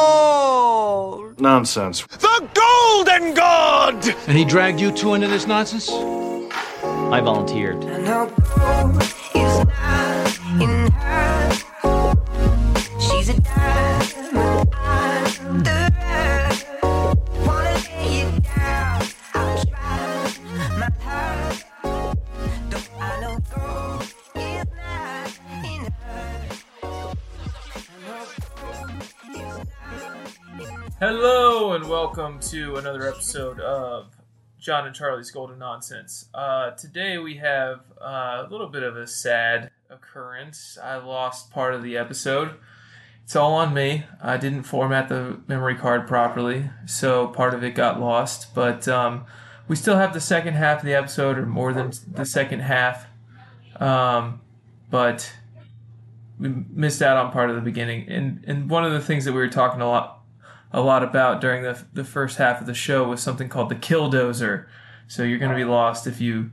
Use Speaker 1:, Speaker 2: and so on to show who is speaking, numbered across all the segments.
Speaker 1: gold.
Speaker 2: Nonsense.
Speaker 3: The Golden God!
Speaker 4: And he dragged you two into this nonsense?
Speaker 5: I volunteered.
Speaker 1: And her gold is not in her. She's a diamond under her. Wanna lay it down. I'll try my hardest. Though I know gold is not in her. And her gold is not in her.
Speaker 6: Hello and welcome to another episode of John and Charlie's Golden Nonsense. Uh, today we have uh, a little bit of a sad occurrence. I lost part of the episode. It's all on me. I didn't format the memory card properly, so part of it got lost. But um, we still have the second half of the episode, or more than the second half. Um, but we missed out on part of the beginning. And and one of the things that we were talking a lot a lot about during the the first half of the show was something called the killdozer. So you're going to be lost if you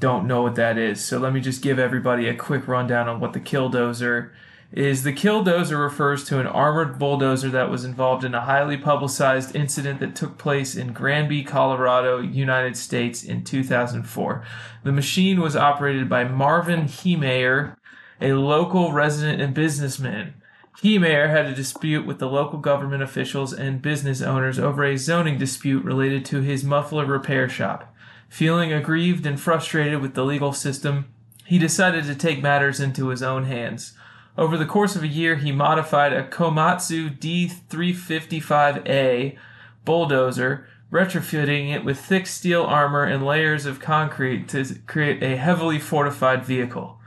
Speaker 6: don't know what that is. So let me just give everybody a quick rundown on what the killdozer is. The killdozer refers to an armored bulldozer that was involved in a highly publicized incident that took place in Granby, Colorado, United States in 2004. The machine was operated by Marvin Heemeyer, a local resident and businessman. Heemeyer had a dispute with the local government officials and business owners over a zoning dispute related to his muffler repair shop. Feeling aggrieved and frustrated with the legal system, he decided to take matters into his own hands. Over the course of a year, he modified a Komatsu D355A bulldozer, retrofitting it with thick steel armor and layers of concrete to create a heavily fortified vehicle.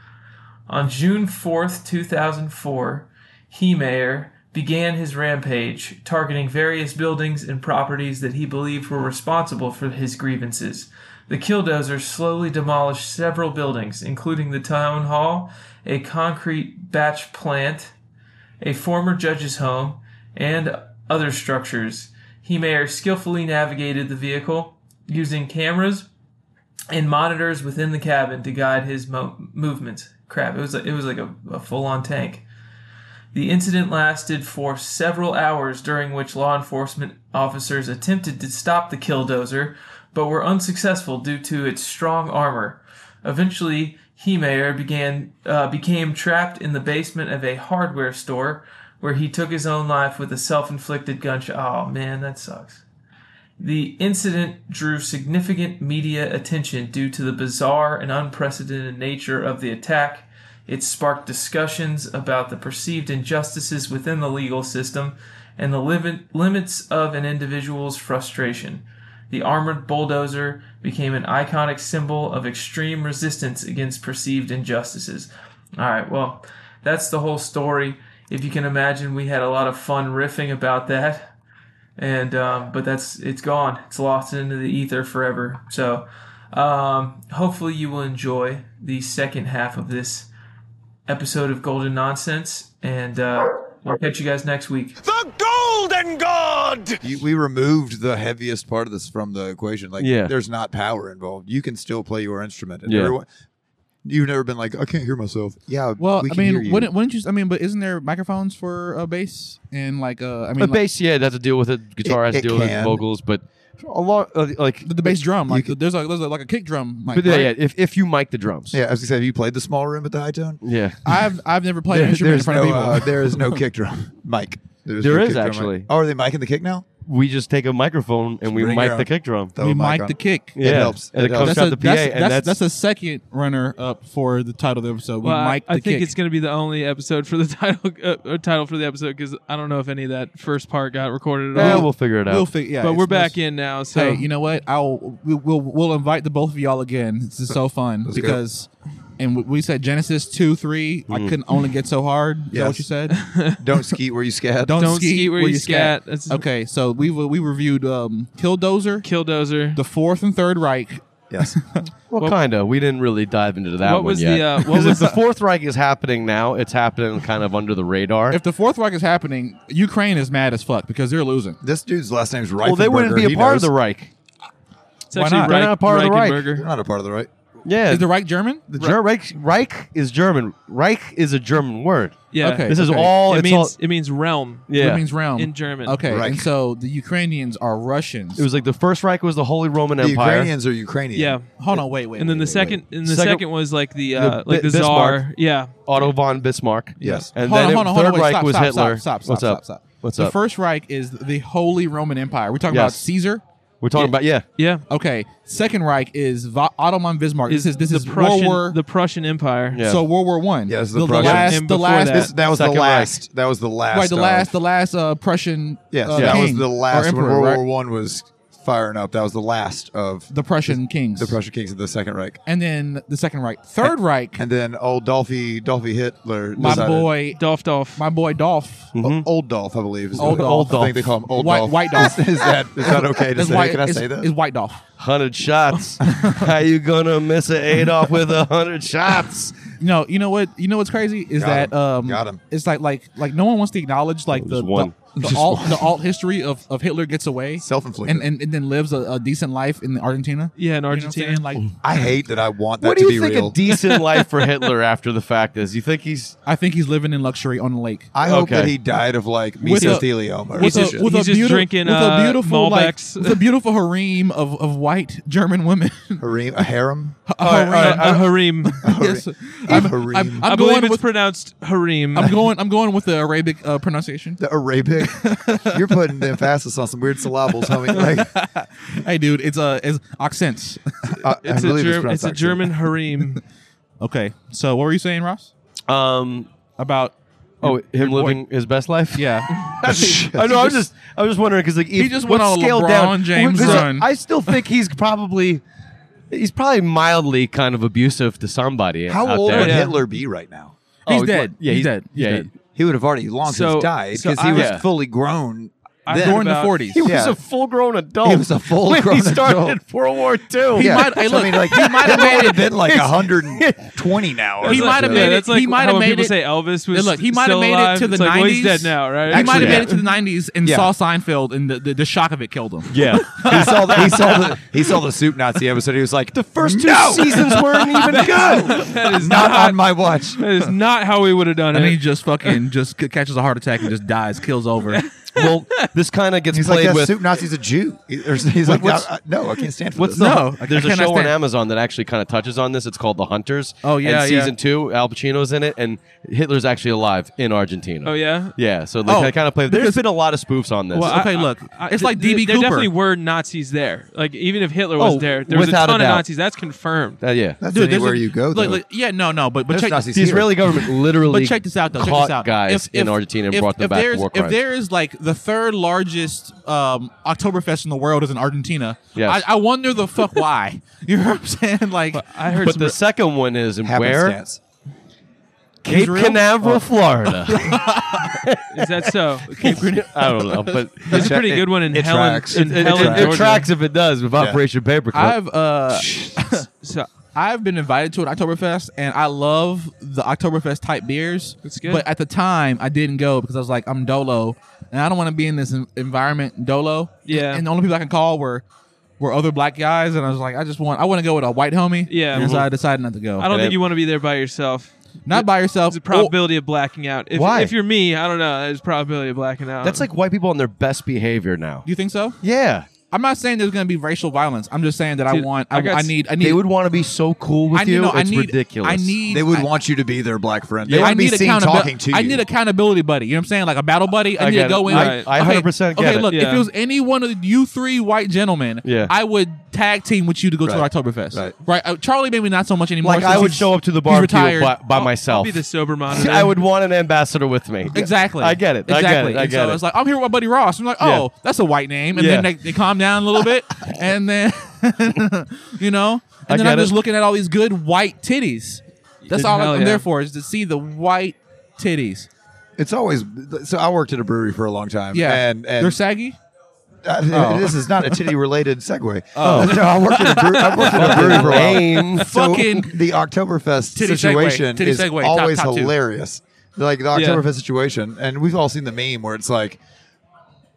Speaker 6: On June 4th, 2004, Heemeyer began his rampage, targeting various buildings and properties that he believed were responsible for his grievances. The killdozer slowly demolished several buildings, including the town hall, a concrete batch plant, a former judge's home, and other structures. Heemeyer skillfully navigated the vehicle using cameras and monitors within the cabin to guide his mo- movements. Crap, it was it was like a, a full-on tank. The incident lasted for several hours, during which law enforcement officers attempted to stop the killdozer, but were unsuccessful due to its strong armor. Eventually, Heemeyer began uh, became trapped in the basement of a hardware store, where he took his own life with a self-inflicted gunshot. Oh man, that sucks. The incident drew significant media attention due to the bizarre and unprecedented nature of the attack. It sparked discussions about the perceived injustices within the legal system and the limit, limits of an individual's frustration. The armored bulldozer became an iconic symbol of extreme resistance against perceived injustices. All right, well, that's the whole story. If you can imagine, we had a lot of fun riffing about that and um, but that's it's gone. It's lost into the ether forever. So um, hopefully you will enjoy the second half of this episode of Golden Nonsense, and uh, we'll catch you guys next week.
Speaker 3: The Golden God!
Speaker 7: You, we removed the heaviest part of this from the equation. Like,
Speaker 8: Yeah.
Speaker 7: there's not power involved. You can still play your instrument. And
Speaker 8: Yeah.
Speaker 7: everyone, you've never been like, I can't hear myself. Yeah.
Speaker 9: Well,
Speaker 7: we
Speaker 9: I
Speaker 7: can hear
Speaker 9: mean,
Speaker 7: you.
Speaker 9: wouldn't, wouldn't you? I mean, but isn't there microphones for a bass and like uh, I mean,
Speaker 8: a
Speaker 9: like,
Speaker 8: bass, yeah, it has to deal with it. Guitar
Speaker 7: It-
Speaker 8: has to
Speaker 7: it
Speaker 8: deal with
Speaker 7: can.
Speaker 8: it, vocals, but a lot uh, like
Speaker 9: the, the bass drum? Like
Speaker 7: can-
Speaker 9: there's a there's a, like a kick drum. Like,
Speaker 8: But yeah,
Speaker 9: right?
Speaker 8: yeah, if if you mic the drums,
Speaker 7: yeah, as you said, have you played the small room at the high tone?
Speaker 8: yeah.
Speaker 9: I've I've never played an
Speaker 8: There-
Speaker 9: instrument in
Speaker 7: There's
Speaker 9: front
Speaker 7: no,
Speaker 9: of people.
Speaker 7: uh, there is no kick drum, Mike. There's
Speaker 8: There
Speaker 7: no
Speaker 8: is
Speaker 7: kick drum, Mike.
Speaker 8: actually.
Speaker 7: Oh, are they micing the kick now? Oh
Speaker 8: We just take a microphone and we
Speaker 7: Bring your
Speaker 8: mic
Speaker 7: own.
Speaker 8: the kick drum.
Speaker 7: Throw
Speaker 9: we
Speaker 7: a
Speaker 9: mic
Speaker 7: on.
Speaker 9: the kick.
Speaker 8: Yeah,
Speaker 7: helps.
Speaker 8: And
Speaker 7: It
Speaker 8: it, comes
Speaker 7: helps.
Speaker 8: out
Speaker 9: a,
Speaker 8: the PA,
Speaker 9: that's,
Speaker 8: and that's,
Speaker 9: that's a second runner up for the title of the episode. We
Speaker 6: Well, I,
Speaker 9: mic the
Speaker 6: I think
Speaker 9: kick.
Speaker 6: it's going to be the only episode for the title uh, uh, title for the episode because I don't know if any of that first part got recorded at
Speaker 8: Yeah,
Speaker 6: all.
Speaker 8: we'll figure it out.
Speaker 9: we'll fig- yeah,
Speaker 6: but
Speaker 9: it's-
Speaker 6: we're back
Speaker 9: it's-
Speaker 6: in now, so
Speaker 9: hey, you know what? I'll we, we'll we'll invite the both of y'all again. This is so fun
Speaker 7: Let's go.
Speaker 9: because. And we- we said Genesis two three. I couldn't only get so hard. Is that
Speaker 7: Yes.
Speaker 9: what you said?
Speaker 7: Don't skeet where you scat.
Speaker 9: Don't,
Speaker 6: Don't
Speaker 9: ski,
Speaker 6: skeet where you scat. That's-
Speaker 9: Okay, so we we reviewed um, Killdozer,
Speaker 6: Killdozer.
Speaker 9: the Fourth and Third Reich.
Speaker 7: Yes.
Speaker 8: Well, kinda. We didn't really dive into that
Speaker 6: What
Speaker 8: one
Speaker 6: was the,
Speaker 8: yet.
Speaker 6: uh, what
Speaker 8: 'Cause if
Speaker 6: was-
Speaker 8: the Fourth Reich is happening now? It's happening kind of under the radar.
Speaker 9: If the Fourth Reich is happening, Ukraine is mad as fuck because they're losing.
Speaker 7: this dude's last name's Reifenberger.
Speaker 8: well, they wouldn't be a
Speaker 7: He
Speaker 8: part
Speaker 7: knows.
Speaker 8: of the Reich.
Speaker 6: it's actually
Speaker 9: not?
Speaker 6: Reich,
Speaker 8: They're not part of the Reich.
Speaker 6: Reichenberger.
Speaker 7: They're not a part of the right.
Speaker 8: Yeah,
Speaker 9: Is the Reich German?
Speaker 8: the Ger- Reich, Reich is German. Reich is a German word.
Speaker 6: Yeah.
Speaker 9: Okay.
Speaker 8: This is all.
Speaker 6: It
Speaker 8: it's
Speaker 6: means
Speaker 8: all,
Speaker 6: it means realm.
Speaker 8: yeah.
Speaker 9: It means realm
Speaker 6: In German.
Speaker 9: Okay,
Speaker 7: Reich.
Speaker 9: and so the Ukrainians are Russians.
Speaker 8: It was like the first Reich was the Holy Roman
Speaker 7: The
Speaker 8: Empire.
Speaker 7: Ukrainians are Ukrainian.
Speaker 6: Yeah.
Speaker 9: Hold on, wait, wait.
Speaker 6: And then
Speaker 9: wait,
Speaker 6: the
Speaker 9: wait, wait.
Speaker 6: second and the
Speaker 8: Second-
Speaker 6: second, was like the uh,
Speaker 8: The
Speaker 6: like the
Speaker 8: Bi-
Speaker 6: czar.
Speaker 8: Bismarck.
Speaker 6: Yeah.
Speaker 8: Otto von Bismarck.
Speaker 7: Yes.
Speaker 8: And
Speaker 9: hold
Speaker 8: then
Speaker 9: on,
Speaker 8: it-
Speaker 9: hold on, hold
Speaker 8: Third
Speaker 9: on, wait,
Speaker 8: Reich
Speaker 9: stop,
Speaker 8: was
Speaker 9: stop,
Speaker 8: Hitler.
Speaker 9: Stop, stop,
Speaker 8: What's
Speaker 9: stop,
Speaker 8: up?
Speaker 9: stop, stop.
Speaker 8: What's
Speaker 9: the
Speaker 8: up?
Speaker 9: First Reich is the Holy Roman Empire. We're talking about
Speaker 8: Yes.
Speaker 9: Caesar.
Speaker 8: We're talking about yeah.
Speaker 6: Yeah.
Speaker 9: Okay, Second Reich is Va- Otto von Bismarck. this is this
Speaker 6: the
Speaker 9: is
Speaker 6: Prussian
Speaker 9: World War.
Speaker 6: the Prussian Empire.
Speaker 8: Yeah.
Speaker 9: So World War One.
Speaker 7: Yes, the
Speaker 9: the,
Speaker 7: Prussian-
Speaker 9: last,
Speaker 6: And
Speaker 9: the
Speaker 6: before
Speaker 9: last,
Speaker 6: that-
Speaker 7: This, that was
Speaker 8: Second
Speaker 7: the
Speaker 8: Reich.
Speaker 7: last. That was the last.
Speaker 9: right, the
Speaker 7: of-
Speaker 9: last, the last uh, Prussian.
Speaker 7: Yes,
Speaker 9: uh,
Speaker 7: that was
Speaker 9: king
Speaker 7: the
Speaker 9: or
Speaker 7: last
Speaker 9: emperor,
Speaker 7: when World
Speaker 9: right?
Speaker 7: War One was firing up. That was the last of
Speaker 9: The Prussian kings.
Speaker 7: the Prussian kings of the Second Reich,
Speaker 9: and then the Second Reich, Third Reich.
Speaker 7: and then old Dolphy Dolphy Hitler.
Speaker 9: my
Speaker 7: decided-
Speaker 9: boy,
Speaker 6: Dolph Dolph.
Speaker 9: my boy Dolph.
Speaker 7: O- Old Dolph, I believe. Is
Speaker 9: Old
Speaker 7: the-
Speaker 9: Dolph.
Speaker 7: I think they call him Old
Speaker 9: White-
Speaker 7: Dolph.
Speaker 9: White Dolph.
Speaker 7: is, is that is that okay to
Speaker 9: Is
Speaker 7: say?
Speaker 9: white,
Speaker 7: Can I
Speaker 9: is-
Speaker 7: say that?
Speaker 9: Is White Dolph?
Speaker 8: Hundred shots. How you gonna miss an Adolf with a hundred shots?
Speaker 9: No, you know what? You know what's crazy is
Speaker 7: Got
Speaker 9: that
Speaker 7: him.
Speaker 9: um,
Speaker 7: Got him.
Speaker 9: it's like like like no one wants to acknowledge like the
Speaker 8: Oh, just one.
Speaker 9: the, the alt the alt history of, of Hitler gets away
Speaker 7: Self-inflicted.
Speaker 9: and, and and then lives a, a decent life in Argentina.
Speaker 6: Yeah, in
Speaker 9: You know what I'm
Speaker 6: Argentina.
Speaker 9: saying? like
Speaker 7: I hate that. I want that
Speaker 8: What
Speaker 7: to
Speaker 8: do
Speaker 7: be
Speaker 8: you think
Speaker 7: real.
Speaker 8: a decent life for Hitler after the fact is? You think he's
Speaker 9: I think he's living in luxury on a lake.
Speaker 7: I hope that
Speaker 8: Okay.
Speaker 7: he died of like
Speaker 9: With a-
Speaker 7: mesothelioma or
Speaker 9: with
Speaker 7: some
Speaker 9: a,
Speaker 7: shit.
Speaker 9: with a
Speaker 6: He's just
Speaker 9: beautiful,
Speaker 6: drinking,
Speaker 9: with a
Speaker 6: uh,
Speaker 9: beautiful, like,
Speaker 6: Malbecs.
Speaker 9: with a beautiful harem of, of white German women.
Speaker 7: Harem- a harem.
Speaker 9: A
Speaker 6: Oh,
Speaker 8: right, all right,
Speaker 9: harem.
Speaker 6: A harem.
Speaker 9: Yes. I'm,
Speaker 7: harem.
Speaker 9: I'm-
Speaker 6: I
Speaker 9: I'm
Speaker 6: believe
Speaker 9: going
Speaker 6: it's
Speaker 9: with
Speaker 6: pronounced harem.
Speaker 9: I'm going I'm going with the Arabic uh, pronunciation.
Speaker 7: The Arabic. You're putting the emphasis on some weird syllables, homie. Like,
Speaker 9: Hey, dude, it's uh, it's accents.
Speaker 7: I,
Speaker 6: it's
Speaker 7: I
Speaker 6: a
Speaker 7: believe
Speaker 6: Germ- it's
Speaker 7: pronounced
Speaker 6: a
Speaker 7: actually.
Speaker 6: German harem.
Speaker 9: okay, so what were you saying, Ross?
Speaker 8: um
Speaker 9: About
Speaker 8: oh him
Speaker 9: boy-
Speaker 8: living his best life?
Speaker 9: yeah.
Speaker 8: I know. I was just I was just wondering because like if,
Speaker 9: just
Speaker 8: what's
Speaker 9: went on a
Speaker 8: scaled
Speaker 9: LeBron
Speaker 8: down,
Speaker 9: James
Speaker 8: because
Speaker 9: run.
Speaker 8: I still think he's probably he's probably mildly kind of abusive to somebody.
Speaker 7: How
Speaker 8: out
Speaker 7: old
Speaker 8: there.
Speaker 7: would
Speaker 6: Yeah.
Speaker 7: Hitler be right now?
Speaker 8: Oh,
Speaker 9: He's dead.
Speaker 8: Yeah,
Speaker 9: He's
Speaker 8: he's
Speaker 9: dead. He's
Speaker 8: Yeah,
Speaker 9: dead.
Speaker 7: He would have already long
Speaker 6: So-
Speaker 7: since died
Speaker 6: so
Speaker 7: because he
Speaker 6: I-
Speaker 7: was
Speaker 8: Yeah.
Speaker 7: fully grown.
Speaker 6: I
Speaker 7: then.
Speaker 6: heard
Speaker 9: During the
Speaker 6: about-
Speaker 9: 40s.
Speaker 8: He was
Speaker 7: Yeah.
Speaker 8: a full grown adult.
Speaker 7: He was a full
Speaker 8: when
Speaker 7: grown
Speaker 8: he started
Speaker 7: adult.
Speaker 8: World War II.
Speaker 7: yeah.
Speaker 9: might- hey,
Speaker 7: So,
Speaker 9: look,
Speaker 7: I mean, like he might have made it been like 120 now. or
Speaker 9: He
Speaker 6: That's
Speaker 7: something.
Speaker 9: might have
Speaker 6: like-
Speaker 9: made
Speaker 6: yeah,
Speaker 9: it-
Speaker 6: That's like
Speaker 9: he might
Speaker 6: how
Speaker 9: have
Speaker 6: when
Speaker 9: made
Speaker 6: people
Speaker 9: it-
Speaker 6: say Elvis was.
Speaker 9: Yeah, look, he might
Speaker 6: still
Speaker 9: have made it
Speaker 6: alive,
Speaker 9: to the
Speaker 6: it's like, well, he's
Speaker 9: 90s.
Speaker 6: dead now, right?
Speaker 9: he might have
Speaker 7: Actually,
Speaker 9: made it to the 90s and
Speaker 7: Yeah.
Speaker 9: saw Seinfeld, and the, the, the shock of it killed him.
Speaker 8: yeah.
Speaker 7: he saw the, he saw the he saw the soup Nazi episode. He was like, the first two seasons weren't even good.
Speaker 6: That is
Speaker 7: Not
Speaker 6: not.
Speaker 7: on my watch.
Speaker 6: that is not how we would have done
Speaker 9: And he
Speaker 6: it.
Speaker 9: just fucking just c- catches a heart attack and just dies, kills over.
Speaker 8: well, this kind of gets
Speaker 7: He's like,
Speaker 8: played
Speaker 7: that
Speaker 8: with.
Speaker 7: soup Nazi's a Jew. He- or He's like,
Speaker 8: what's-
Speaker 7: "No, I- no, I can't stand for
Speaker 8: What's
Speaker 7: this.
Speaker 8: the?
Speaker 9: No, I- I
Speaker 8: there's a
Speaker 9: cannot
Speaker 8: show on
Speaker 9: stand-
Speaker 8: Amazon that actually kind of touches on this. It's called The Hunters.
Speaker 9: Oh, yeah,
Speaker 8: And
Speaker 9: yeah.
Speaker 8: season two, Al Pacino's in it, and Hitler's actually alive in Argentina.
Speaker 6: Oh yeah.
Speaker 8: Yeah, so like,
Speaker 9: Oh,
Speaker 8: I kind of play.
Speaker 9: because-
Speaker 8: There's been a lot of spoofs on this.
Speaker 6: Well, I-
Speaker 9: okay,
Speaker 6: I-
Speaker 9: look,
Speaker 6: I-
Speaker 9: it's like
Speaker 6: th-
Speaker 9: DB
Speaker 6: there
Speaker 9: Cooper.
Speaker 6: definitely were Nazis there. Like even if Hitler was
Speaker 8: Oh,
Speaker 6: there, there was a
Speaker 8: without a
Speaker 6: ton of
Speaker 8: doubt.
Speaker 6: Nazis. That's confirmed.
Speaker 8: Uh, yeah,
Speaker 7: That's
Speaker 9: Dude, there's
Speaker 7: anywhere
Speaker 9: a-
Speaker 7: you go.
Speaker 9: look,
Speaker 7: though.
Speaker 9: look, yeah, no, no, but but
Speaker 7: There's
Speaker 9: check,
Speaker 7: Nazis
Speaker 8: the
Speaker 7: here.
Speaker 8: Israeli government literally.
Speaker 9: But check this out, though. Check
Speaker 8: caught
Speaker 9: this out.
Speaker 8: guys
Speaker 9: If-
Speaker 8: in
Speaker 9: if-
Speaker 8: Argentina and
Speaker 9: if-
Speaker 8: brought them
Speaker 9: if
Speaker 8: back for
Speaker 9: there's-
Speaker 8: war
Speaker 9: If
Speaker 8: crimes.
Speaker 9: there is like the third largest um, Oktoberfest in the world is in Argentina,
Speaker 8: Yes.
Speaker 9: I, I wonder the fuck why. You know what I'm saying? Like,
Speaker 6: I heard
Speaker 8: but
Speaker 6: some
Speaker 8: the second one is in where
Speaker 7: Happenstance.
Speaker 8: Cape
Speaker 9: Israel?
Speaker 8: Canaveral, Florida.
Speaker 6: Is that so? Okay,
Speaker 8: I don't know, but
Speaker 6: There's a pretty good one in
Speaker 7: it
Speaker 6: Helen.
Speaker 7: tracks.
Speaker 6: In
Speaker 8: it, it-
Speaker 6: Helen,
Speaker 8: it- it
Speaker 6: Georgia.
Speaker 8: tracks if it does with Operation Paperclip.
Speaker 9: I've uh,
Speaker 6: So,
Speaker 9: I've been invited to an Oktoberfest, and I love the Oktoberfest type beers.
Speaker 6: That's good.
Speaker 9: But at the time, I didn't go because I was like, I'm Dolo, and I don't want to be in this en- environment Dolo.
Speaker 6: Yeah.
Speaker 9: And the only people I can call were were other black guys, and I was like, I just want, I want to go with a white homie.
Speaker 6: Yeah. Mm-hmm.
Speaker 9: And so I decided not to go.
Speaker 6: I don't
Speaker 8: And
Speaker 6: think
Speaker 8: it-
Speaker 6: you want to be there by yourself.
Speaker 9: not by yourself.
Speaker 6: There's a probability of blacking out. If,
Speaker 8: Why?
Speaker 6: If you're me, I don't know. There's a probability of blacking
Speaker 9: Um,
Speaker 6: out.
Speaker 8: That's like white people on their best behavior now.
Speaker 9: Do Oh, you think so?
Speaker 8: Yeah,
Speaker 9: I'm not saying there's going to be racial violence. I'm just saying that
Speaker 6: Dude,
Speaker 9: I want. I,
Speaker 6: I got
Speaker 9: I
Speaker 6: s-
Speaker 9: need. I need.
Speaker 8: they would want to be so cool with
Speaker 9: I need.
Speaker 8: you.
Speaker 9: no, I
Speaker 8: it's
Speaker 9: need,
Speaker 8: ridiculous.
Speaker 9: I need.
Speaker 7: They would
Speaker 9: I,
Speaker 7: want you to be their black friend. They
Speaker 9: I
Speaker 7: want to be
Speaker 9: need
Speaker 7: seen
Speaker 9: accountability.
Speaker 7: talking to you.
Speaker 9: I need accountability buddy. You know what I'm saying? Like a battle buddy. I,
Speaker 8: I
Speaker 9: need
Speaker 8: get
Speaker 9: to
Speaker 8: it.
Speaker 9: go in.
Speaker 6: I-
Speaker 9: like,
Speaker 8: I
Speaker 9: okay,
Speaker 8: 100% get
Speaker 9: okay,
Speaker 8: it.
Speaker 9: look, if
Speaker 6: Yeah.
Speaker 9: it was any one of you three white gentlemen,
Speaker 8: Yeah.
Speaker 9: I would tag team with you to go to
Speaker 7: Right.
Speaker 9: Oktoberfest.
Speaker 7: Right.
Speaker 9: Uh, Charlie, maybe not so much anymore.
Speaker 8: like
Speaker 9: since
Speaker 8: I would
Speaker 9: he's-
Speaker 8: show up to the
Speaker 9: he's
Speaker 8: barbecue
Speaker 9: retired. Oh,
Speaker 8: by, by
Speaker 6: I'll- I'll
Speaker 8: myself.
Speaker 6: be the sober monitor.
Speaker 8: I would want an ambassador with me.
Speaker 9: Exactly.
Speaker 8: I get it. I
Speaker 9: Exactly.
Speaker 8: get it. I
Speaker 9: And
Speaker 8: get
Speaker 9: so
Speaker 8: it.
Speaker 9: it's like I'm here with my buddy Ross. I'm like, oh, that's a white name, and then
Speaker 8: Yeah.
Speaker 9: they, they calm down a little bit, and then you know, and
Speaker 8: I
Speaker 9: then I'm
Speaker 8: get
Speaker 9: just
Speaker 8: it.
Speaker 9: looking at all these good white titties. That's all
Speaker 6: Hell
Speaker 9: I'm
Speaker 6: yeah.
Speaker 9: there for is to see the white titties.
Speaker 7: It's always so. I worked at a brewery for a long time.
Speaker 9: Yeah,
Speaker 7: and, and
Speaker 9: they're saggy.
Speaker 7: Uh, this is not a titty related segue.
Speaker 8: Oh.
Speaker 7: no, I worked at a brewery, I worked at a brewery for a while.
Speaker 8: Lame.
Speaker 7: So
Speaker 9: Fucking
Speaker 7: the Oktoberfest
Speaker 9: titty segue,
Speaker 7: situation
Speaker 9: titty
Speaker 7: is
Speaker 9: segue, top-
Speaker 7: always
Speaker 9: top two.
Speaker 7: hilarious. Like the Oktoberfest situation, and we've all seen the meme where it's like,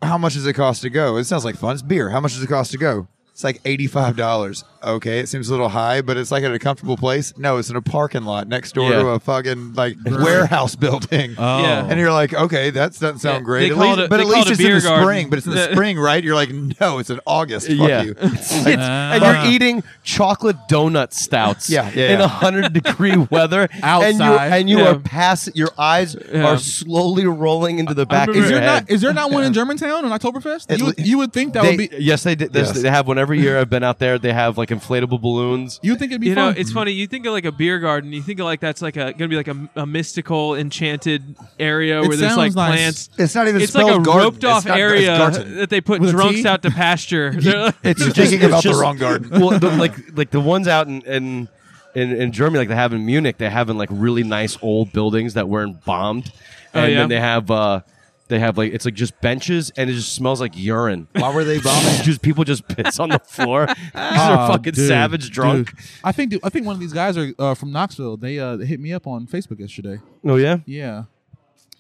Speaker 7: "How much does it cost to go?" It sounds like fun. It's beer. How much does it cost to go?
Speaker 10: It's like eighty-five dollars. Okay, it seems a little high, but it's like at a comfortable place. No, it's in a parking lot next door
Speaker 8: Yeah.
Speaker 10: to a fucking like warehouse building.
Speaker 9: Oh.
Speaker 6: Yeah.
Speaker 10: And you're like, okay, that doesn't sound
Speaker 6: Yeah,
Speaker 10: great.
Speaker 6: they
Speaker 10: At
Speaker 6: call
Speaker 10: least,
Speaker 6: it a-
Speaker 10: but
Speaker 6: they
Speaker 10: at
Speaker 6: call
Speaker 10: least
Speaker 6: it a
Speaker 10: it's in
Speaker 6: beer
Speaker 10: the
Speaker 6: garden.
Speaker 10: spring. But it's in the spring, right? You're like, no, it's in August. Fuck
Speaker 8: Yeah.
Speaker 10: you.
Speaker 8: It's- and
Speaker 9: Ah.
Speaker 8: you're eating chocolate donut stouts
Speaker 10: Yeah, yeah,
Speaker 8: in
Speaker 10: yeah.
Speaker 8: a hundred degree weather and you
Speaker 9: Outside.
Speaker 8: and you
Speaker 6: Yeah.
Speaker 8: are pass your eyes
Speaker 6: Yeah.
Speaker 8: are slowly rolling into the back of
Speaker 9: Is
Speaker 8: your
Speaker 9: there,
Speaker 8: head.
Speaker 9: not, is there not one in Germantown on Oktoberfest?
Speaker 8: At
Speaker 9: You, would-
Speaker 8: le-
Speaker 9: you would think that
Speaker 8: They-
Speaker 9: would be.
Speaker 8: yes, they did. This,
Speaker 10: Yes.
Speaker 8: They have one every year. I've been out there. They have like inflatable balloons.
Speaker 9: You would think it'd be
Speaker 6: You know,
Speaker 9: fun.
Speaker 6: it's funny. You think of like a beer garden. You think of like that's like a gonna be like a, a mystical, enchanted area
Speaker 9: It
Speaker 6: where there's like
Speaker 9: sounds nice.
Speaker 6: plants.
Speaker 10: It's not even
Speaker 6: It's like
Speaker 10: spelled
Speaker 6: a
Speaker 10: garden.
Speaker 6: roped off
Speaker 10: It's not- it's
Speaker 6: area
Speaker 10: garden.
Speaker 6: that they put
Speaker 9: With a
Speaker 6: drunks
Speaker 9: T?
Speaker 6: out to pasture. They're like-
Speaker 8: It's
Speaker 10: You're
Speaker 8: just-
Speaker 10: thinking
Speaker 8: it's
Speaker 10: about the
Speaker 8: just-
Speaker 10: wrong garden.
Speaker 8: well, the, like like the ones out in, in in in Germany, like they have in Munich, they have in like really nice old buildings that weren't bombed,
Speaker 6: Oh,
Speaker 8: and
Speaker 6: yeah?
Speaker 8: then they have uh they have like it's like just benches and it just smells like urine.
Speaker 10: Why were they bombing?
Speaker 8: just people just piss on the floor. 'cause they're
Speaker 9: Oh,
Speaker 8: fucking
Speaker 9: dude,
Speaker 8: savage drunk.
Speaker 9: dude. I think dude, I think one of these guys are uh, from Knoxville. They uh, hit me up on Facebook yesterday.
Speaker 8: Oh yeah.
Speaker 9: Yeah,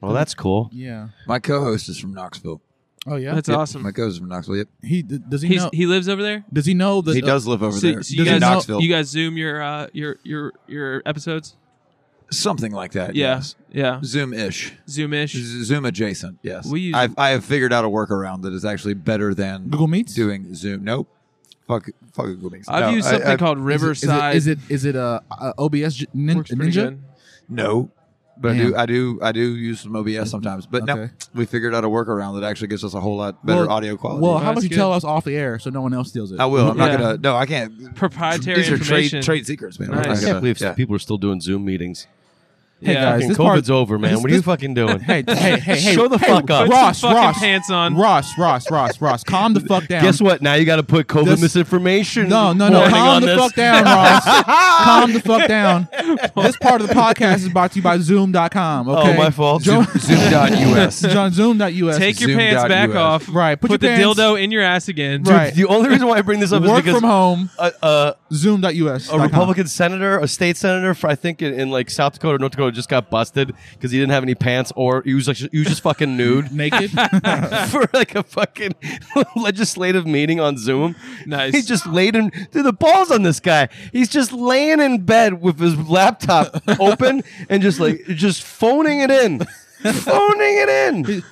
Speaker 8: Well, that's cool.
Speaker 9: yeah.
Speaker 7: My co-host is from Knoxville.
Speaker 9: Oh yeah.
Speaker 6: that's awesome.
Speaker 7: My co-host is from Knoxville. Yep.
Speaker 9: he d- does he
Speaker 6: He's,
Speaker 9: know?
Speaker 6: he lives over there.
Speaker 9: does he know that
Speaker 7: He
Speaker 9: uh,
Speaker 7: does live over
Speaker 6: So,
Speaker 7: there.
Speaker 6: so you
Speaker 9: Does
Speaker 6: guys,
Speaker 7: in Knoxville.
Speaker 6: you guys zoom your uh, your your your episodes.
Speaker 7: Something like that.
Speaker 6: Yeah,
Speaker 7: Yes.
Speaker 6: yeah.
Speaker 7: Zoom-ish.
Speaker 6: Zoomish.
Speaker 7: Z- Zoom adjacent. Yes.
Speaker 6: We use-
Speaker 7: I've, I have figured out a workaround that is actually better than
Speaker 9: Google Meets?
Speaker 7: doing Zoom. Nope. Fuck. Fuck Google Meets.
Speaker 6: I've
Speaker 7: No,
Speaker 6: used
Speaker 7: I-
Speaker 6: something
Speaker 7: I-
Speaker 6: called
Speaker 9: is it-
Speaker 6: Riverside.
Speaker 9: Is it is it, is it uh, uh, OBS j- nin-
Speaker 6: Works pretty
Speaker 9: Ninja?
Speaker 6: good.
Speaker 7: No. But I
Speaker 9: Damn.
Speaker 7: do, I do, I do use some OBS sometimes. But no,
Speaker 9: Okay.
Speaker 7: we figured out a workaround that actually gives us a whole lot better
Speaker 9: Well-
Speaker 7: audio quality.
Speaker 9: Well, how
Speaker 6: That's
Speaker 9: about you
Speaker 6: good.
Speaker 9: tell us off the air so no one else steals it?
Speaker 7: I will. I'm not
Speaker 6: Yeah.
Speaker 7: gonna. No, I can't.
Speaker 6: Proprietary
Speaker 7: These are
Speaker 6: information.
Speaker 7: trade trade secrets, man. I'm
Speaker 6: Nice.
Speaker 7: not
Speaker 8: I
Speaker 7: gonna-
Speaker 8: can't believe
Speaker 7: yeah.
Speaker 8: people are still doing Zoom meetings.
Speaker 6: Yeah.
Speaker 9: guys,
Speaker 8: Fucking
Speaker 9: this
Speaker 8: COVID's
Speaker 9: part-
Speaker 8: over, man.
Speaker 9: this-
Speaker 8: what are you
Speaker 9: this-
Speaker 8: fucking doing?
Speaker 9: Hey, hey, hey, hey!
Speaker 8: Show the
Speaker 9: hey,
Speaker 8: fuck up. Put some
Speaker 9: Ross,
Speaker 6: fucking
Speaker 9: Ross,
Speaker 6: pants on.
Speaker 9: Ross, Ross, Ross, Ross. Calm the fuck down.
Speaker 8: Guess what? Now you got to put COVID
Speaker 9: This-
Speaker 8: misinformation.
Speaker 9: No, no, no.
Speaker 8: warning
Speaker 9: Calm
Speaker 8: on
Speaker 9: the
Speaker 8: this.
Speaker 9: fuck down, Ross. Calm the fuck down. This part of the podcast is brought to you by Zoom.com. Okay?
Speaker 8: Oh, my fault.
Speaker 9: Jo-
Speaker 7: Zoom.us.
Speaker 9: John, Zoom.us.
Speaker 6: Take your
Speaker 7: Zoom
Speaker 6: pants
Speaker 7: dot
Speaker 6: back
Speaker 7: US.
Speaker 6: off.
Speaker 9: Right, put
Speaker 6: Put, the
Speaker 9: your pants-
Speaker 6: dildo in your ass again.
Speaker 9: Right.
Speaker 8: The only reason why I bring this up is
Speaker 9: Work
Speaker 8: because
Speaker 9: from home.
Speaker 8: a, a,
Speaker 9: Zoom.us.
Speaker 8: a Republican senator, a state senator, for, I think in, in like South Dakota or North Dakota, just got busted because he didn't have any pants or he was like he was just fucking nude
Speaker 9: Naked.
Speaker 8: for like a fucking legislative meeting on Zoom.
Speaker 6: Nice.
Speaker 8: He's just laid in through the balls on this guy. He's just laying in bed with his laptop open and just like just phoning it in, phoning it in.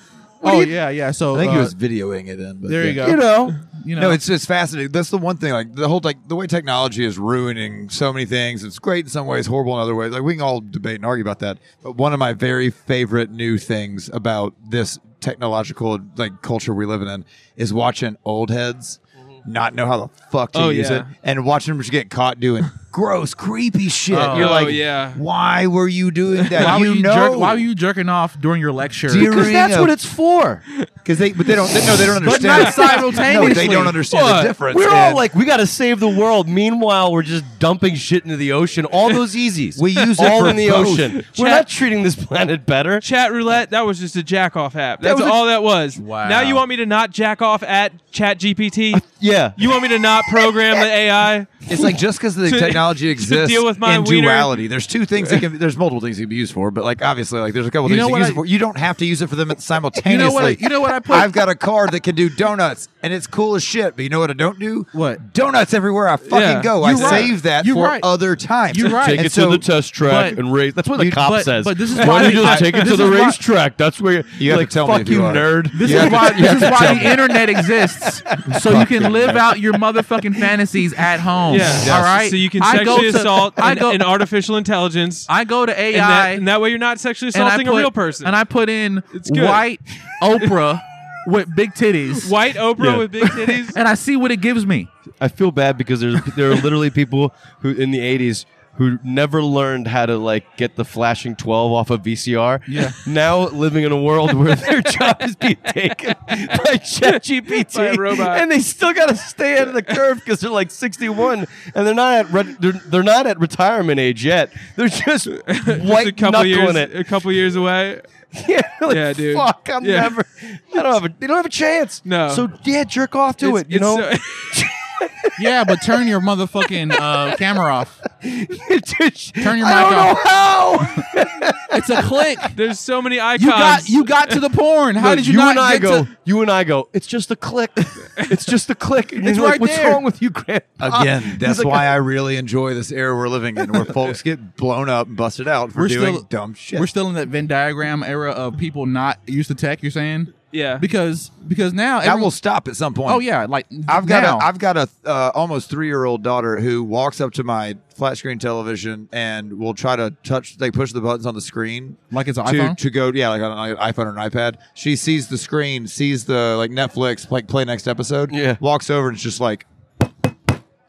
Speaker 9: oh, yeah, yeah. So,
Speaker 7: I think
Speaker 9: uh,
Speaker 7: he was videoing it in. But
Speaker 9: there you
Speaker 7: yeah.
Speaker 9: go.
Speaker 8: You know,
Speaker 9: You know,
Speaker 7: No, it's just fascinating. That's the one thing, like the whole like the way technology is ruining so many things. It's great in some ways, horrible in other ways. Like we can all debate and argue about that. But one of my very favorite new things about this technological like culture we're living in is watching old heads
Speaker 9: Mm-hmm.
Speaker 7: not know how the fuck to
Speaker 6: Oh,
Speaker 7: use
Speaker 6: yeah.
Speaker 7: it and watching them just get caught doing gross, creepy shit.
Speaker 6: Oh,
Speaker 7: You're like,
Speaker 6: yeah.
Speaker 7: why were you doing that?
Speaker 9: why,
Speaker 7: you,
Speaker 9: were you
Speaker 7: know,
Speaker 9: jerk- why were you jerking off during your lecture?
Speaker 7: Dear-
Speaker 8: because that's
Speaker 7: Ring
Speaker 8: what
Speaker 7: of-
Speaker 8: it's for.
Speaker 7: Because they, but they don't. They, no, they don't
Speaker 8: But
Speaker 7: understand.
Speaker 8: not
Speaker 7: No, they
Speaker 8: simultaneously.
Speaker 7: don't understand
Speaker 8: What?
Speaker 7: the difference.
Speaker 8: We're all
Speaker 7: And-
Speaker 8: like, we got to save the world. Meanwhile, we're just dumping shit into the ocean. All those easies.
Speaker 7: We use it
Speaker 8: all
Speaker 7: for
Speaker 8: in the
Speaker 7: both.
Speaker 8: ocean. We're
Speaker 6: Chat-
Speaker 8: not treating this planet better.
Speaker 6: Chat roulette, that was just a jack off app. That's
Speaker 8: was a-
Speaker 6: all that was.
Speaker 9: Wow.
Speaker 6: Now you want me to not jack off at Chat
Speaker 9: Uh,
Speaker 6: GPT?
Speaker 8: Yeah.
Speaker 6: You want me to not program the AI?
Speaker 7: It's like just because the
Speaker 6: To-
Speaker 7: technology
Speaker 6: to
Speaker 7: exists
Speaker 6: deal with my
Speaker 7: in
Speaker 6: wiener.
Speaker 7: duality. There's two things that can. There's multiple things it can be used for, but like obviously, like there's a couple
Speaker 9: You know
Speaker 7: things you
Speaker 9: what
Speaker 7: can use
Speaker 9: I-
Speaker 7: it for. You don't have to use it for them simultaneously.
Speaker 9: you know what? I, you know what I put.
Speaker 7: I've got a car that can do donuts, and it's cool as shit. But you know what I don't do?
Speaker 9: What?
Speaker 7: donuts everywhere I fucking
Speaker 6: Yeah.
Speaker 7: go? I
Speaker 9: You're right.
Speaker 7: save that
Speaker 9: You're
Speaker 7: for
Speaker 9: right.
Speaker 7: other times.
Speaker 9: You're right. Take
Speaker 7: And
Speaker 9: it
Speaker 7: so
Speaker 8: test
Speaker 9: track but-
Speaker 8: and race. That's what
Speaker 9: the You- cop but- says. but this is Why why
Speaker 8: why
Speaker 9: don't
Speaker 8: don't you
Speaker 9: we-
Speaker 8: just take it
Speaker 9: this
Speaker 8: to the
Speaker 9: is why-
Speaker 8: racetrack? That's where
Speaker 7: You
Speaker 8: are
Speaker 7: have
Speaker 8: like,
Speaker 7: to tell me
Speaker 8: fuck
Speaker 7: if
Speaker 8: you,
Speaker 7: you are.
Speaker 8: nerd.
Speaker 9: This is why this is why the internet exists, so you can live out your motherfucking fantasies at home.
Speaker 6: Yeah.
Speaker 9: All right.
Speaker 6: So you can
Speaker 9: I go
Speaker 6: sexually
Speaker 9: to-
Speaker 6: assault
Speaker 9: I
Speaker 6: an,
Speaker 9: go.
Speaker 6: an artificial intelligence.
Speaker 9: I go to AI.
Speaker 6: and, that, and that way you're not sexually
Speaker 9: and I
Speaker 6: assaulting
Speaker 9: put-
Speaker 6: a real person.
Speaker 9: And I put in
Speaker 6: It's good.
Speaker 9: white Oprah with big titties,
Speaker 6: White Oprah
Speaker 8: Yeah.
Speaker 6: with big titties.
Speaker 9: and I see what it gives me.
Speaker 8: I feel bad because there's there are literally people who in the 80s who never learned how to like get the flashing 12 off of VCR.
Speaker 9: Yeah.
Speaker 8: Now living in a world where their job is being taken by ChatGPT
Speaker 6: By a robot.
Speaker 8: and they still got to stay out of the curve because they're like 61 and they're not at re- they're, they're not at retirement age yet. They're just
Speaker 6: Just a
Speaker 8: white
Speaker 6: couple
Speaker 8: knuckling
Speaker 6: years,
Speaker 8: it.
Speaker 6: a couple years away.
Speaker 8: Yeah, like,
Speaker 6: Yeah, dude.
Speaker 8: Fuck, I'm
Speaker 6: Yeah.
Speaker 8: never. I don't have a. They don't have a chance.
Speaker 6: No.
Speaker 8: So yeah, jerk off to
Speaker 6: It's-
Speaker 8: it. You
Speaker 6: it's
Speaker 8: know.
Speaker 6: so-
Speaker 9: yeah, but turn your motherfucking uh, camera off.
Speaker 8: Turn
Speaker 9: your
Speaker 8: I
Speaker 9: mic
Speaker 8: don't
Speaker 9: off.
Speaker 8: know how.
Speaker 9: It's a click.
Speaker 6: There's so many icons.
Speaker 9: You got you got to the porn. How
Speaker 8: Look,
Speaker 9: did you, not
Speaker 8: and I
Speaker 9: get
Speaker 8: go?
Speaker 9: to?
Speaker 8: You and I go. It's just a click. It's just a click. And
Speaker 9: It's
Speaker 8: you're like,
Speaker 9: right
Speaker 8: What's
Speaker 9: there."
Speaker 8: wrong with you, Grant?
Speaker 7: Again, that's
Speaker 8: like,
Speaker 7: why I really enjoy this era we're living in, where folks get blown up and busted out for
Speaker 9: We're
Speaker 7: doing
Speaker 9: still-
Speaker 7: dumb shit.
Speaker 9: We're still in that Venn diagram era of people not used to tech. You're saying
Speaker 6: yeah.
Speaker 9: because because now
Speaker 7: that
Speaker 9: everyone-
Speaker 7: will stop at some point.
Speaker 9: Oh yeah, like
Speaker 7: I've got
Speaker 9: now.
Speaker 7: a I've got a uh, almost three year old daughter who walks up to my flat screen television and will try to touch. They push the buttons on the screen
Speaker 9: like it's an
Speaker 7: to,
Speaker 9: iPhone.
Speaker 7: to go. Yeah, like on an i- iPhone or an iPad. She sees the screen, sees the like Netflix, like play next episode.
Speaker 8: Yeah.
Speaker 7: walks over and it's just like.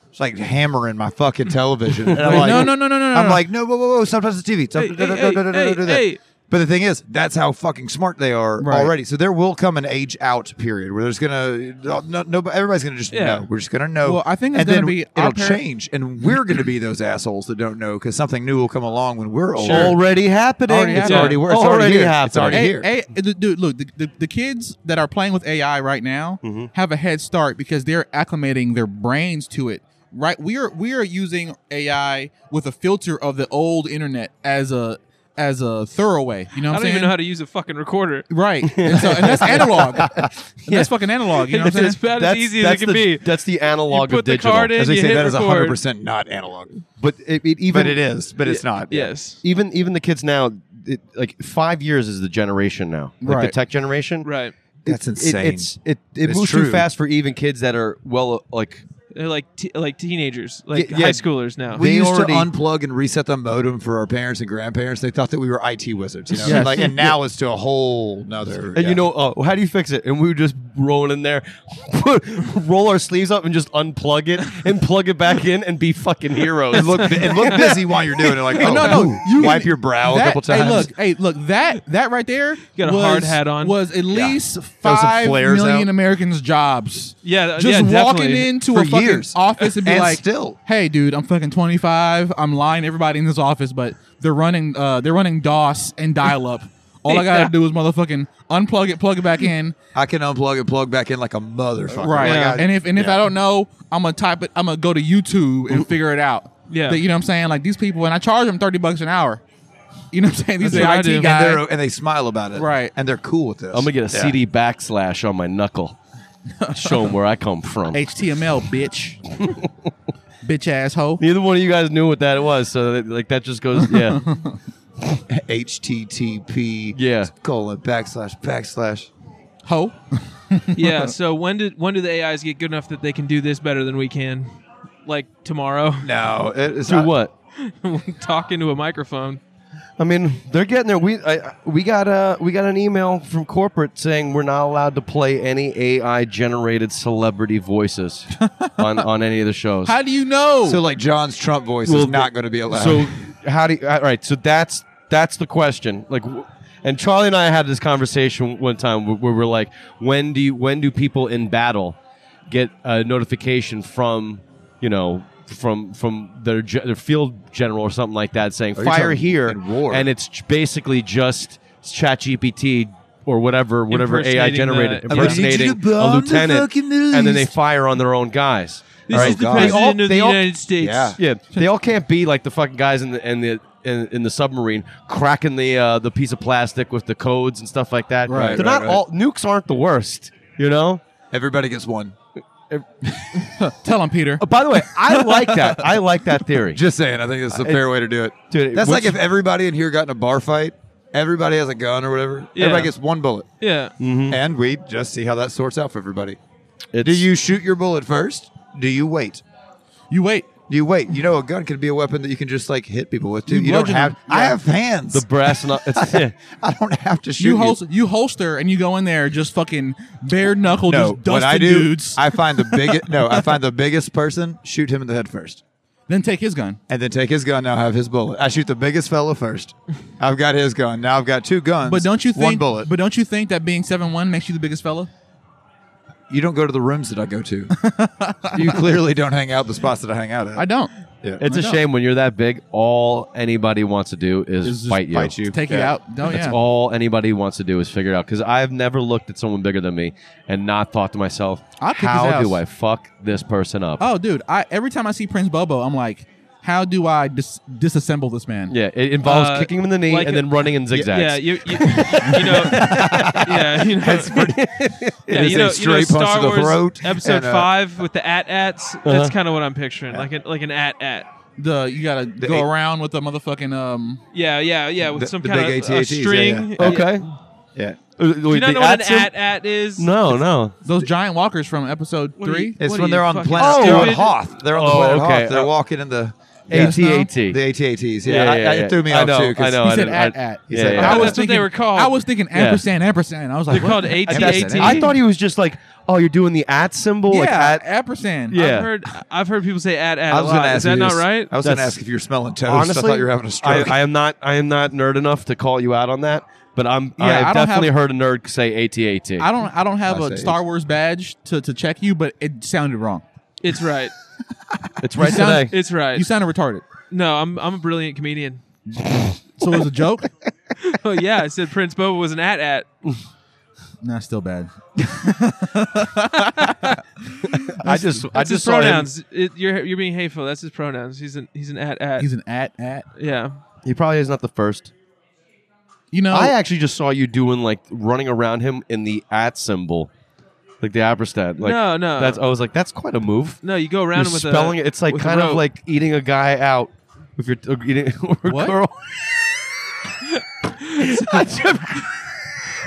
Speaker 7: It's like hammering my fucking television. And I'm
Speaker 9: Wait,
Speaker 7: like,
Speaker 9: no, no, no, no, no,
Speaker 7: I'm
Speaker 9: no.
Speaker 7: like, no, whoa, whoa, whoa! Sometimes the TV.
Speaker 6: Hey,
Speaker 7: Sometimes
Speaker 6: hey, hey, hey, hey.
Speaker 7: But the thing is, that's how fucking smart they are
Speaker 9: Right.
Speaker 7: already. So there will come an age out period where there's gonna no, no everybody's gonna just
Speaker 6: Yeah.
Speaker 7: know. We're just gonna know.
Speaker 9: Well, I think it's
Speaker 7: and
Speaker 9: gonna
Speaker 7: then
Speaker 9: be our
Speaker 7: it'll
Speaker 9: par-
Speaker 7: change, and we're gonna be those assholes that don't know because something new will come along when we're old.
Speaker 8: Already happening.
Speaker 9: Already
Speaker 7: It's
Speaker 9: Yeah.
Speaker 7: already it's already,
Speaker 8: Already
Speaker 7: here. It's
Speaker 8: happening.
Speaker 7: already
Speaker 9: A-
Speaker 7: here.
Speaker 9: A- the- dude, look, the, the, the kids that are playing with AI right now have a head start because they're acclimating their brains to it. Right? We are we are using AI with a filter of the old internet as a as a thorough way. You
Speaker 6: I
Speaker 9: know
Speaker 6: don't
Speaker 9: what I'm saying?
Speaker 6: even know how to use a fucking recorder.
Speaker 9: right. And, so, and that's analog. And That's fucking analog. You know what I'm
Speaker 6: it's
Speaker 9: saying?
Speaker 6: about as easy as
Speaker 8: that's
Speaker 6: it can
Speaker 8: the,
Speaker 6: be.
Speaker 8: That's the analog
Speaker 6: You put
Speaker 8: of
Speaker 6: the
Speaker 8: digital.
Speaker 6: card in,
Speaker 7: As they
Speaker 6: you
Speaker 7: say,
Speaker 6: hit
Speaker 7: that is
Speaker 6: record.
Speaker 7: 100 percent not analog,
Speaker 8: But it, it even
Speaker 7: but it is. But it's not.
Speaker 6: Yes.
Speaker 8: even even the kids now. It, like five years is the generation now, like the
Speaker 9: Right.
Speaker 8: tech generation.
Speaker 6: Right.
Speaker 7: that's insane.
Speaker 8: It, it's it, it
Speaker 7: It's
Speaker 8: moves
Speaker 7: true.
Speaker 8: too fast for even kids that are well uh, like
Speaker 6: They're like t- like teenagers, like
Speaker 8: Yeah, yeah.
Speaker 6: high schoolers now.
Speaker 7: we
Speaker 8: They
Speaker 7: used
Speaker 8: already-
Speaker 7: to unplug and reset the modem for our parents and grandparents. They thought that we were IT wizards, you know.
Speaker 8: Yes.
Speaker 7: Like, and now it's to a whole nother.
Speaker 8: And you know, oh, how do you fix it? And we would just roll in there, put, roll our sleeves up, and just unplug it and plug it back in and be fucking heroes.
Speaker 7: and look and look busy while you're doing it. Like, oh,
Speaker 9: No, no,
Speaker 7: ooh,
Speaker 9: you-
Speaker 7: wipe your brow
Speaker 9: That-
Speaker 7: a couple times.
Speaker 9: Hey, look, hey, look, that that right there
Speaker 6: got a
Speaker 9: was,
Speaker 6: hard hat on.
Speaker 9: was at least
Speaker 7: Throw some
Speaker 9: five
Speaker 7: flares
Speaker 9: million
Speaker 7: out.
Speaker 9: Americans' jobs.
Speaker 6: Yeah,
Speaker 9: just
Speaker 6: yeah,
Speaker 9: walking
Speaker 6: definitely.
Speaker 9: into
Speaker 7: For
Speaker 9: a fucking
Speaker 7: years.
Speaker 9: office and be
Speaker 7: And
Speaker 9: like,
Speaker 7: still.
Speaker 9: "Hey, dude, I'm fucking 25. I'm lying to everybody in this office, but they're running, uh, they're running DOS and dial up. All I gotta
Speaker 6: Yeah.
Speaker 9: do is motherfucking unplug it, plug it back in,
Speaker 7: I can unplug and plug back in like a motherfucker.
Speaker 9: right?
Speaker 7: Like,
Speaker 6: Yeah.
Speaker 7: I-
Speaker 9: And if and if
Speaker 7: yeah.
Speaker 9: I don't know, I'm gonna type it. I'm gonna go to YouTube and figure it out.
Speaker 6: Yeah.
Speaker 9: That- you know what I'm saying? Like these people, and I charge them 30 bucks an hour. You know what I'm saying? These
Speaker 6: That's what I
Speaker 9: are
Speaker 6: do.
Speaker 9: IT
Speaker 6: And
Speaker 7: and, they're,
Speaker 9: guys.
Speaker 7: and they smile about it,
Speaker 9: Right.
Speaker 7: And they're cool with this.
Speaker 8: I'm gonna get a CD backslash on my knuckle. Show them where I come from.
Speaker 9: HTML, bitch. bitch asshole.
Speaker 8: Neither one of you guys knew what that was, so that, like that just goes, yeah.
Speaker 7: HTTP
Speaker 8: Yeah.
Speaker 7: colon backslash backslash.
Speaker 9: Ho.
Speaker 6: yeah. So when did when do the AIs get good enough that they can do this better than we can? Like tomorrow,
Speaker 7: No, it- it's
Speaker 8: Do
Speaker 7: not-
Speaker 8: what?
Speaker 6: talk into a microphone.
Speaker 8: I mean, they're getting there. We I, I- we got a we got an email from corporate saying we're not allowed to play any AI generated celebrity voices on on any of the shows.
Speaker 9: How do you know?
Speaker 7: So like John's Trump voice
Speaker 8: Well,
Speaker 7: is not going to be allowed.
Speaker 8: So how do you, all right? So that's that's the question. Like, wh- and Charlie and I had this conversation one time where, where we're like, when do you, when do people in battle get a notification from you know from from their ge- their field general or something like that saying
Speaker 7: Oh, you're
Speaker 8: fire
Speaker 7: talking
Speaker 8: here
Speaker 7: in war.
Speaker 8: and it's j- basically just ChatGPT. Or whatever, whatever AI
Speaker 6: Impersonating
Speaker 8: generated,
Speaker 6: the-
Speaker 7: I
Speaker 8: impersonating
Speaker 7: need you to
Speaker 8: a
Speaker 7: bomb the
Speaker 8: lieutenant,
Speaker 7: fucking Middle
Speaker 8: and then they
Speaker 7: East.
Speaker 8: fire on their own guys.
Speaker 6: This
Speaker 7: All
Speaker 6: is
Speaker 7: right,
Speaker 6: the
Speaker 7: guys.
Speaker 6: president
Speaker 8: They all-
Speaker 6: of the
Speaker 8: they all-
Speaker 6: United States.
Speaker 7: Yeah.
Speaker 8: Yeah, they all can't be like the fucking guys in the in the in, in the submarine cracking the uh, the piece of plastic with the codes and stuff like that.
Speaker 7: Right,
Speaker 8: They're
Speaker 7: right,
Speaker 8: not
Speaker 7: right.
Speaker 8: all nukes aren't the worst, you know.
Speaker 7: Everybody gets one.
Speaker 9: Tell him, Peter.
Speaker 8: Uh, by the way, I like that. I like that theory.
Speaker 7: Just saying, I think it's a fair way to do it.
Speaker 8: Dude,
Speaker 7: That's
Speaker 8: what's-
Speaker 7: like if everybody in here got in a bar fight, everybody has a gun or whatever.
Speaker 6: Yeah.
Speaker 7: Everybody gets one bullet,
Speaker 6: Yeah.
Speaker 9: Mm-hmm.
Speaker 7: and we just see how that sorts out for everybody.
Speaker 8: It's-
Speaker 7: Do you shoot your bullet first? Do you wait?
Speaker 9: You wait.
Speaker 7: Do you wait? You know, a gun can be a weapon that you can just like hit people with too.
Speaker 9: You
Speaker 7: You, don't
Speaker 9: bludgeon
Speaker 7: have.
Speaker 9: them.
Speaker 7: I have hands.
Speaker 8: the brass? knuck- it's, yeah.
Speaker 7: I don't have to shoot
Speaker 9: You
Speaker 7: you.
Speaker 9: holster, you holster and you go in there just fucking bare knuckle,
Speaker 7: no,
Speaker 9: just
Speaker 7: what
Speaker 9: dusting
Speaker 7: I do,
Speaker 9: dudes.
Speaker 7: I find the biggest. no, I find the biggest person. Shoot him in the head first,
Speaker 9: then take his gun.
Speaker 7: and then take his gun. Now have his bullet. I shoot the biggest fella first. I've got his gun. Now I've got two guns.
Speaker 9: But don't you think?
Speaker 7: one bullet?
Speaker 9: But don't you think that being seven one makes you the biggest fella?
Speaker 7: you don't go to the rooms that I go to. you clearly don't hang out the spots that I hang out at.
Speaker 9: I don't.
Speaker 7: Yeah.
Speaker 8: It's
Speaker 9: I
Speaker 8: a
Speaker 9: know.
Speaker 8: shame when you're that big, all anybody wants to do is,
Speaker 7: Is just
Speaker 8: fight you.
Speaker 7: fight you.
Speaker 9: Take it
Speaker 7: Yeah.
Speaker 9: out. No,
Speaker 8: That's
Speaker 9: Oh, yeah.
Speaker 8: all anybody wants to do is figure it out. Because I've never looked at someone bigger than me and not thought to myself,
Speaker 9: I'll kick his
Speaker 8: how do
Speaker 9: ass."
Speaker 8: I fuck this person up?
Speaker 9: Oh, dude! I every time I see Prince Bobo, I'm like, how do I dis- disassemble this man?
Speaker 8: Yeah, it involves
Speaker 6: Uh,
Speaker 8: kicking him in the knee
Speaker 6: like
Speaker 8: and
Speaker 6: a-
Speaker 8: then running in zigzags.
Speaker 6: Yeah, you, you, you know, yeah, you know, yeah,
Speaker 7: is
Speaker 6: you
Speaker 7: a
Speaker 6: know, you know,
Speaker 7: straight punch
Speaker 6: Star
Speaker 7: to the
Speaker 6: Wars
Speaker 7: throat
Speaker 6: Episode
Speaker 7: and, uh, Uh-huh.
Speaker 6: Five with the at ats. That's kind of what I'm picturing, like a, like an at at.
Speaker 9: The you gotta go around with the motherfucking um.
Speaker 6: Yeah, yeah, yeah, with
Speaker 7: The-
Speaker 6: some
Speaker 7: the
Speaker 6: kind
Speaker 7: big
Speaker 6: of a
Speaker 7: AT-ATs, yeah,
Speaker 6: string.
Speaker 7: yeah.
Speaker 8: Okay.
Speaker 7: Yeah.
Speaker 8: Uh,
Speaker 6: Do
Speaker 8: wait,
Speaker 6: you not
Speaker 8: the
Speaker 6: know what
Speaker 8: Atsim-
Speaker 6: an at at is?
Speaker 8: No, no.
Speaker 9: Those giant walkers from episode
Speaker 6: What are
Speaker 9: three.
Speaker 6: you-
Speaker 7: It's
Speaker 6: what are
Speaker 7: when
Speaker 6: you
Speaker 7: they're on
Speaker 6: fucking
Speaker 7: planet. They're on
Speaker 6: stupid?
Speaker 7: Hoth. They're on the
Speaker 8: Oh,
Speaker 7: planet
Speaker 8: okay.
Speaker 7: Hoth. They're
Speaker 8: Uh,
Speaker 7: walking in the
Speaker 8: AT-AT.
Speaker 7: the ATATs. Yeah,
Speaker 8: Yeah,
Speaker 7: I-
Speaker 8: yeah,
Speaker 7: I-
Speaker 8: yeah.
Speaker 7: it threw me
Speaker 8: I
Speaker 7: off
Speaker 8: know,
Speaker 7: too. 'cause
Speaker 8: I know,
Speaker 9: He
Speaker 8: I
Speaker 9: said
Speaker 8: know.
Speaker 9: at
Speaker 8: I-
Speaker 9: at.
Speaker 7: He
Speaker 8: Yeah,
Speaker 7: said
Speaker 8: yeah.
Speaker 9: I
Speaker 7: at.
Speaker 9: was
Speaker 6: That's what
Speaker 9: thinking,
Speaker 6: they were called.
Speaker 9: I was thinking
Speaker 8: Yeah.
Speaker 9: ampersand, ampersand. I was
Speaker 6: They're
Speaker 9: like,
Speaker 6: called
Speaker 9: what?
Speaker 6: AT-AT.
Speaker 8: I thought he was just like, oh, you're doing the at symbol?
Speaker 9: Yeah,
Speaker 8: Like at,
Speaker 9: ampersand.
Speaker 8: Yeah.
Speaker 6: I've heard I've heard people say at at
Speaker 7: I
Speaker 6: a
Speaker 7: was going
Speaker 6: lot.
Speaker 7: to ask.
Speaker 6: Is that
Speaker 7: you
Speaker 6: not
Speaker 7: this-
Speaker 6: right?
Speaker 7: I was going to
Speaker 8: That's-
Speaker 7: ask if you're smelling toast. I
Speaker 8: honestly,
Speaker 7: thought you were having a stroke.
Speaker 8: I, I am not. I am not nerd enough to call you out on that. But I'm.
Speaker 9: Yeah,
Speaker 8: I
Speaker 9: I
Speaker 8: have
Speaker 9: don't
Speaker 8: definitely
Speaker 9: have-
Speaker 8: heard a nerd say ATAT.
Speaker 9: I don't. I don't have
Speaker 7: I
Speaker 9: a
Speaker 7: say
Speaker 9: Star Wars badge to, to check you, but it sounded wrong.
Speaker 6: It's right.
Speaker 8: It's right
Speaker 9: You sound-
Speaker 8: today.
Speaker 6: It's right.
Speaker 9: You sounded retarded.
Speaker 6: no, I'm I'm a brilliant comedian.
Speaker 9: So it was a joke.
Speaker 6: Oh yeah, I said Prince Boba was an at at.
Speaker 9: nah, still bad.
Speaker 8: I just. I
Speaker 6: That's
Speaker 8: just
Speaker 6: his
Speaker 8: saw him-
Speaker 6: pronouns. It- you're you're being hateful. That's his pronouns. He's an he's an at at.
Speaker 9: He's an at at.
Speaker 6: yeah.
Speaker 8: He probably is not the first.
Speaker 9: You know,
Speaker 8: I actually just saw you doing like running around him in the at symbol, like the aperstat. Like,
Speaker 6: No, no.
Speaker 8: That's. I was like, that's quite a move.
Speaker 6: No, you go around
Speaker 8: You're
Speaker 6: with
Speaker 8: spelling
Speaker 6: a,
Speaker 8: it. It's like
Speaker 6: with a
Speaker 8: kind of
Speaker 6: rope.
Speaker 8: like eating a guy out with your or eating or
Speaker 9: What?
Speaker 8: girl.
Speaker 6: you
Speaker 9: that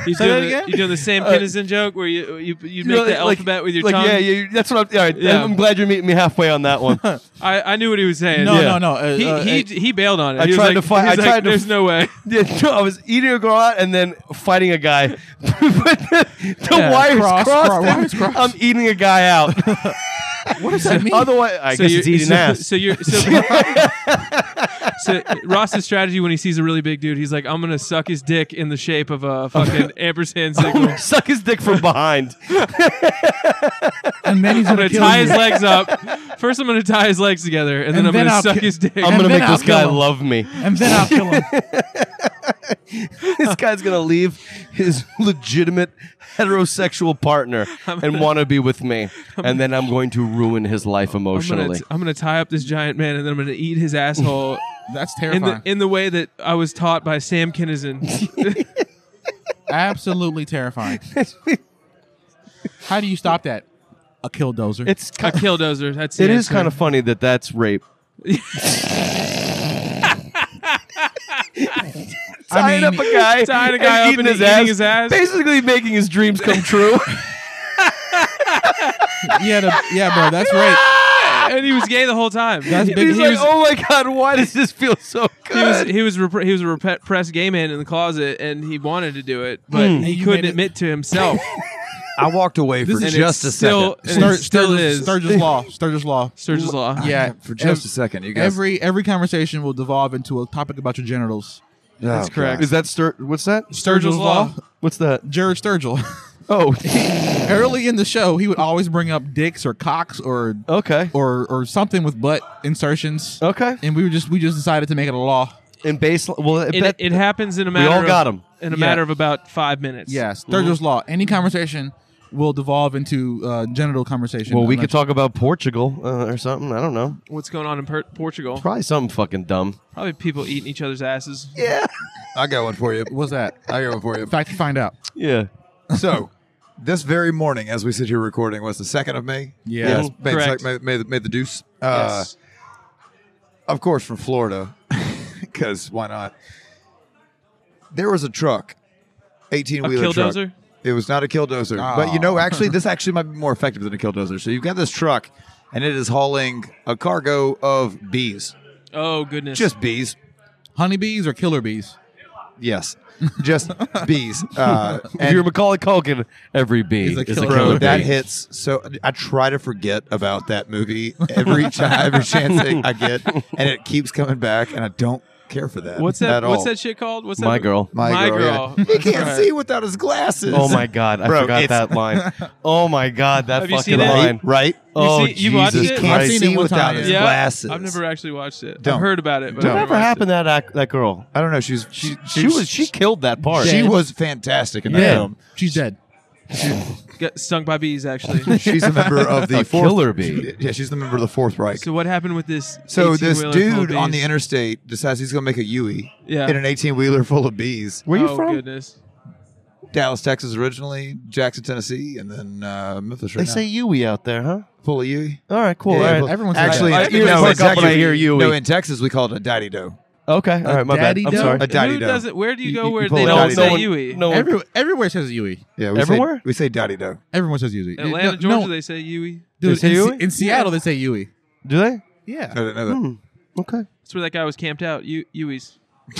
Speaker 6: doing, the,
Speaker 9: again?
Speaker 6: you doing the Sam Kinison joke where you you you make
Speaker 8: know,
Speaker 6: the
Speaker 8: like-
Speaker 6: alphabet with your
Speaker 8: like,
Speaker 6: tongue.
Speaker 8: Yeah, yeah, that's what I'm. All right,
Speaker 6: Yeah.
Speaker 8: I'm glad you're meeting me halfway on that one.
Speaker 6: I, I knew what he was saying.
Speaker 9: no,
Speaker 8: Yeah.
Speaker 9: no, no, uh,
Speaker 6: He,
Speaker 9: uh,
Speaker 6: he,
Speaker 9: uh,
Speaker 6: he bailed on it.
Speaker 8: I
Speaker 6: He was
Speaker 8: tried
Speaker 6: like-
Speaker 8: to fi-
Speaker 6: he was
Speaker 8: I
Speaker 6: like,
Speaker 8: tried to-
Speaker 6: There's no way.
Speaker 8: Yeah, no, I was eating a girl out and then fighting a guy. but the, the
Speaker 6: Yeah.
Speaker 8: wires
Speaker 9: Cross,
Speaker 8: crossed.
Speaker 9: cross,
Speaker 8: and
Speaker 9: wires crossed.
Speaker 8: I'm eating a guy out.
Speaker 9: what does that mean?
Speaker 8: Otherwise, I guess
Speaker 6: you're-
Speaker 8: it's eating
Speaker 6: so,
Speaker 8: ass.
Speaker 6: So you're so, so Ross's strategy when he sees a really big dude, he's like, I'm gonna suck his dick in the shape of a fucking ampersand signal. I'm
Speaker 8: Suck his dick from behind.
Speaker 9: and then he's gonna
Speaker 6: gonna
Speaker 9: kill
Speaker 6: tie
Speaker 9: you.
Speaker 6: his legs up. First, I'm gonna tie his legs together, and, then
Speaker 9: And
Speaker 6: I'm
Speaker 9: then
Speaker 6: gonna
Speaker 9: I'll
Speaker 6: suck
Speaker 9: ki-
Speaker 6: his dick.
Speaker 8: I'm gonna
Speaker 9: then
Speaker 8: make
Speaker 9: I'll
Speaker 8: this guy
Speaker 9: kill him.
Speaker 8: love me.
Speaker 9: and then I'll kill him.
Speaker 8: This guy's gonna leave his legitimate heterosexual partner and want to be with me, and then I'm going to ruin his life
Speaker 6: I'm gonna,
Speaker 8: emotionally.
Speaker 6: t- I'm gonna tie up this giant man, and then I'm gonna eat his asshole
Speaker 9: That's
Speaker 6: in
Speaker 9: terrifying.
Speaker 6: the in the way that I was taught by Sam Kinison.
Speaker 9: Absolutely terrifying. How do you stop that? A killdozer.
Speaker 8: It's
Speaker 6: a
Speaker 8: kind
Speaker 6: killdozer. That's the
Speaker 8: it is
Speaker 6: answer.
Speaker 8: kind of funny that that's rape.
Speaker 9: I mean,
Speaker 8: a guy,
Speaker 6: Tying a guy up
Speaker 8: eating
Speaker 6: and eating his ass.
Speaker 8: basically making his dreams come true.
Speaker 9: yeah, the, yeah, bro, that's rape.
Speaker 6: and he was gay the whole time.
Speaker 9: That's big.
Speaker 8: He's
Speaker 9: he
Speaker 8: like,
Speaker 9: was-
Speaker 8: "Oh my god, why does this feel so good?"
Speaker 6: he was he was repre- he was a repressed gay man in the closet, and he wanted to do it, but
Speaker 9: And
Speaker 6: he
Speaker 9: you
Speaker 6: couldn't
Speaker 9: made it-
Speaker 6: admit to himself.
Speaker 7: I walked away for
Speaker 6: is-
Speaker 7: just a
Speaker 6: it's still-
Speaker 7: second.
Speaker 6: and
Speaker 9: Stur-
Speaker 6: it still
Speaker 9: Sturgis,
Speaker 6: is.
Speaker 9: Sturgis Law. Sturgis Law.
Speaker 6: Surge's law.
Speaker 9: Yeah.
Speaker 7: For just
Speaker 9: ev-
Speaker 7: a second, you guys.
Speaker 9: Every every conversation will devolve into a topic about your genitals.
Speaker 7: that's
Speaker 6: correct.
Speaker 8: Is that Stur- what's that?
Speaker 6: Sturgill's law.
Speaker 8: What's that?
Speaker 9: Jared Sturgill.
Speaker 8: Oh,
Speaker 9: Early in the show, he would always bring up dicks or cocks or
Speaker 6: Oh.
Speaker 8: okay,
Speaker 9: or or something with butt insertions.
Speaker 8: okay.
Speaker 9: And we were just we just decided to make it a law.
Speaker 8: And baseline. Well, I
Speaker 6: It,
Speaker 8: bet-
Speaker 6: it happens in a matter.
Speaker 8: all
Speaker 6: of,
Speaker 8: got 'em.
Speaker 6: in a
Speaker 9: Yeah.
Speaker 6: matter of about five minutes.
Speaker 9: Yes,
Speaker 7: Mm-hmm.
Speaker 9: Sturgill's law. Any conversation will devolve into uh, genital conversation.
Speaker 8: well, we
Speaker 9: I'm
Speaker 8: could
Speaker 9: not-
Speaker 8: talk about Portugal uh, or something. I don't know.
Speaker 6: What's going on in per- Portugal?
Speaker 8: Probably something fucking dumb.
Speaker 6: Probably people eating each other's asses.
Speaker 7: I got one for you.
Speaker 9: What's that?
Speaker 7: I got one for you.
Speaker 9: Fact to find out.
Speaker 8: Yeah.
Speaker 7: So, this very morning, as we sit here recording, was the second of May.
Speaker 9: Yeah.
Speaker 7: Yes,
Speaker 6: Mhm.
Speaker 7: May,
Speaker 6: Correct.
Speaker 7: May, May, the- May the Deuce. Uh,
Speaker 6: Yes.
Speaker 7: Of course, from Florida, because why not? There was a truck, eighteen
Speaker 6: A
Speaker 7: wheeler truck.
Speaker 6: killdozer? Ah.
Speaker 7: It was not a killdozer, but you know, actually, this actually might be more effective than a killdozer. So you've got this truck, and it is hauling a cargo of bees,
Speaker 6: Oh goodness.
Speaker 7: just bees.
Speaker 9: Honeybees or killer bees?
Speaker 7: Yes, just bees. Uh,
Speaker 8: if you're Macaulay Culkin, every bee
Speaker 9: He's a
Speaker 8: is a
Speaker 9: killer.
Speaker 8: killer
Speaker 7: Bro, that
Speaker 8: bee.
Speaker 7: hits so. I try to forget about that movie every time, every chance I get, and it keeps coming back, and I don't care for that.
Speaker 6: What's that?
Speaker 7: At all.
Speaker 6: What's that shit called? What's
Speaker 8: My
Speaker 6: that?
Speaker 8: girl.
Speaker 7: My, girl.
Speaker 6: girl.
Speaker 7: yeah. He can't
Speaker 6: Right.
Speaker 7: see without his glasses.
Speaker 8: Oh my god, I
Speaker 10: Bro,
Speaker 8: forgot
Speaker 10: it's-
Speaker 8: that line. Oh my god, that
Speaker 6: Have you
Speaker 8: fucking
Speaker 6: seen it?
Speaker 8: line.
Speaker 10: right?
Speaker 8: Oh
Speaker 6: see- you watched
Speaker 8: Jesus
Speaker 6: it? I've
Speaker 10: Can't
Speaker 8: Christ!
Speaker 9: seen
Speaker 10: see
Speaker 9: it one
Speaker 10: without
Speaker 9: time.
Speaker 10: his
Speaker 6: Yeah,
Speaker 10: glasses.
Speaker 6: I've never actually watched it.
Speaker 7: Don't.
Speaker 6: I've heard about it, but
Speaker 7: Don't.
Speaker 6: I've never
Speaker 8: Whatever
Speaker 6: watched
Speaker 8: happened to that ac- that girl?
Speaker 7: I don't know. She's
Speaker 8: She, she was she killed that part.
Speaker 7: she was fantastic in that
Speaker 9: Yeah,
Speaker 7: film.
Speaker 9: she's dead.
Speaker 6: It. Got stung by bees, actually.
Speaker 7: She's a member of the
Speaker 8: A
Speaker 7: fourth.
Speaker 8: killer bee.
Speaker 7: Yeah, she's the member of the Fourth Reich.
Speaker 6: so what happened with this?
Speaker 7: So
Speaker 6: 18-wheeler
Speaker 7: this
Speaker 6: full of
Speaker 7: dude on the
Speaker 6: bees?
Speaker 7: interstate decides he's going to make a Yui
Speaker 6: Yeah.
Speaker 7: in an 18 wheeler full of bees.
Speaker 8: Where you
Speaker 6: oh,
Speaker 8: from?
Speaker 6: Goodness.
Speaker 7: Dallas, Texas originally, Jackson, Tennessee, and then uh, Memphis
Speaker 8: They
Speaker 7: right now.
Speaker 8: say Yui out there, huh?
Speaker 7: full of Yui.
Speaker 8: All right, cool.
Speaker 7: Yeah,
Speaker 8: all right.
Speaker 7: full-
Speaker 9: everyone says
Speaker 7: actually,
Speaker 9: that.
Speaker 8: I-
Speaker 7: I-
Speaker 8: I think
Speaker 7: no,
Speaker 8: that's
Speaker 7: it's
Speaker 8: fucked up when I
Speaker 7: actually-
Speaker 8: hear Yui.
Speaker 7: No, in Texas we call it a daddy dough.
Speaker 8: okay, all right, my bad.
Speaker 9: daddy
Speaker 8: I'm
Speaker 9: dough?
Speaker 8: sorry.
Speaker 7: A daddy
Speaker 6: Who
Speaker 7: dough.
Speaker 6: doesn't? Where do you,
Speaker 7: You-
Speaker 6: go
Speaker 7: you
Speaker 6: where
Speaker 7: pull
Speaker 6: they
Speaker 7: a
Speaker 6: don't
Speaker 7: daddy
Speaker 6: say
Speaker 7: dough.
Speaker 6: Yui?
Speaker 7: Oh.
Speaker 8: No one-
Speaker 9: Every, everywhere says Yui.
Speaker 7: Yeah, we
Speaker 8: Everywhere?
Speaker 7: Say, we say daddy dough.
Speaker 9: Everyone says Yui.
Speaker 6: Atlanta,
Speaker 9: No,
Speaker 6: Georgia,
Speaker 9: no,
Speaker 6: they say Yui.
Speaker 9: dude,
Speaker 8: say
Speaker 9: in,
Speaker 8: Yui?
Speaker 9: Se- in Seattle they say Yui.
Speaker 8: Do they?
Speaker 7: I
Speaker 9: Yeah,
Speaker 7: didn't know that.
Speaker 8: Okay.
Speaker 6: That's where that guy was camped out. Yu- Yui's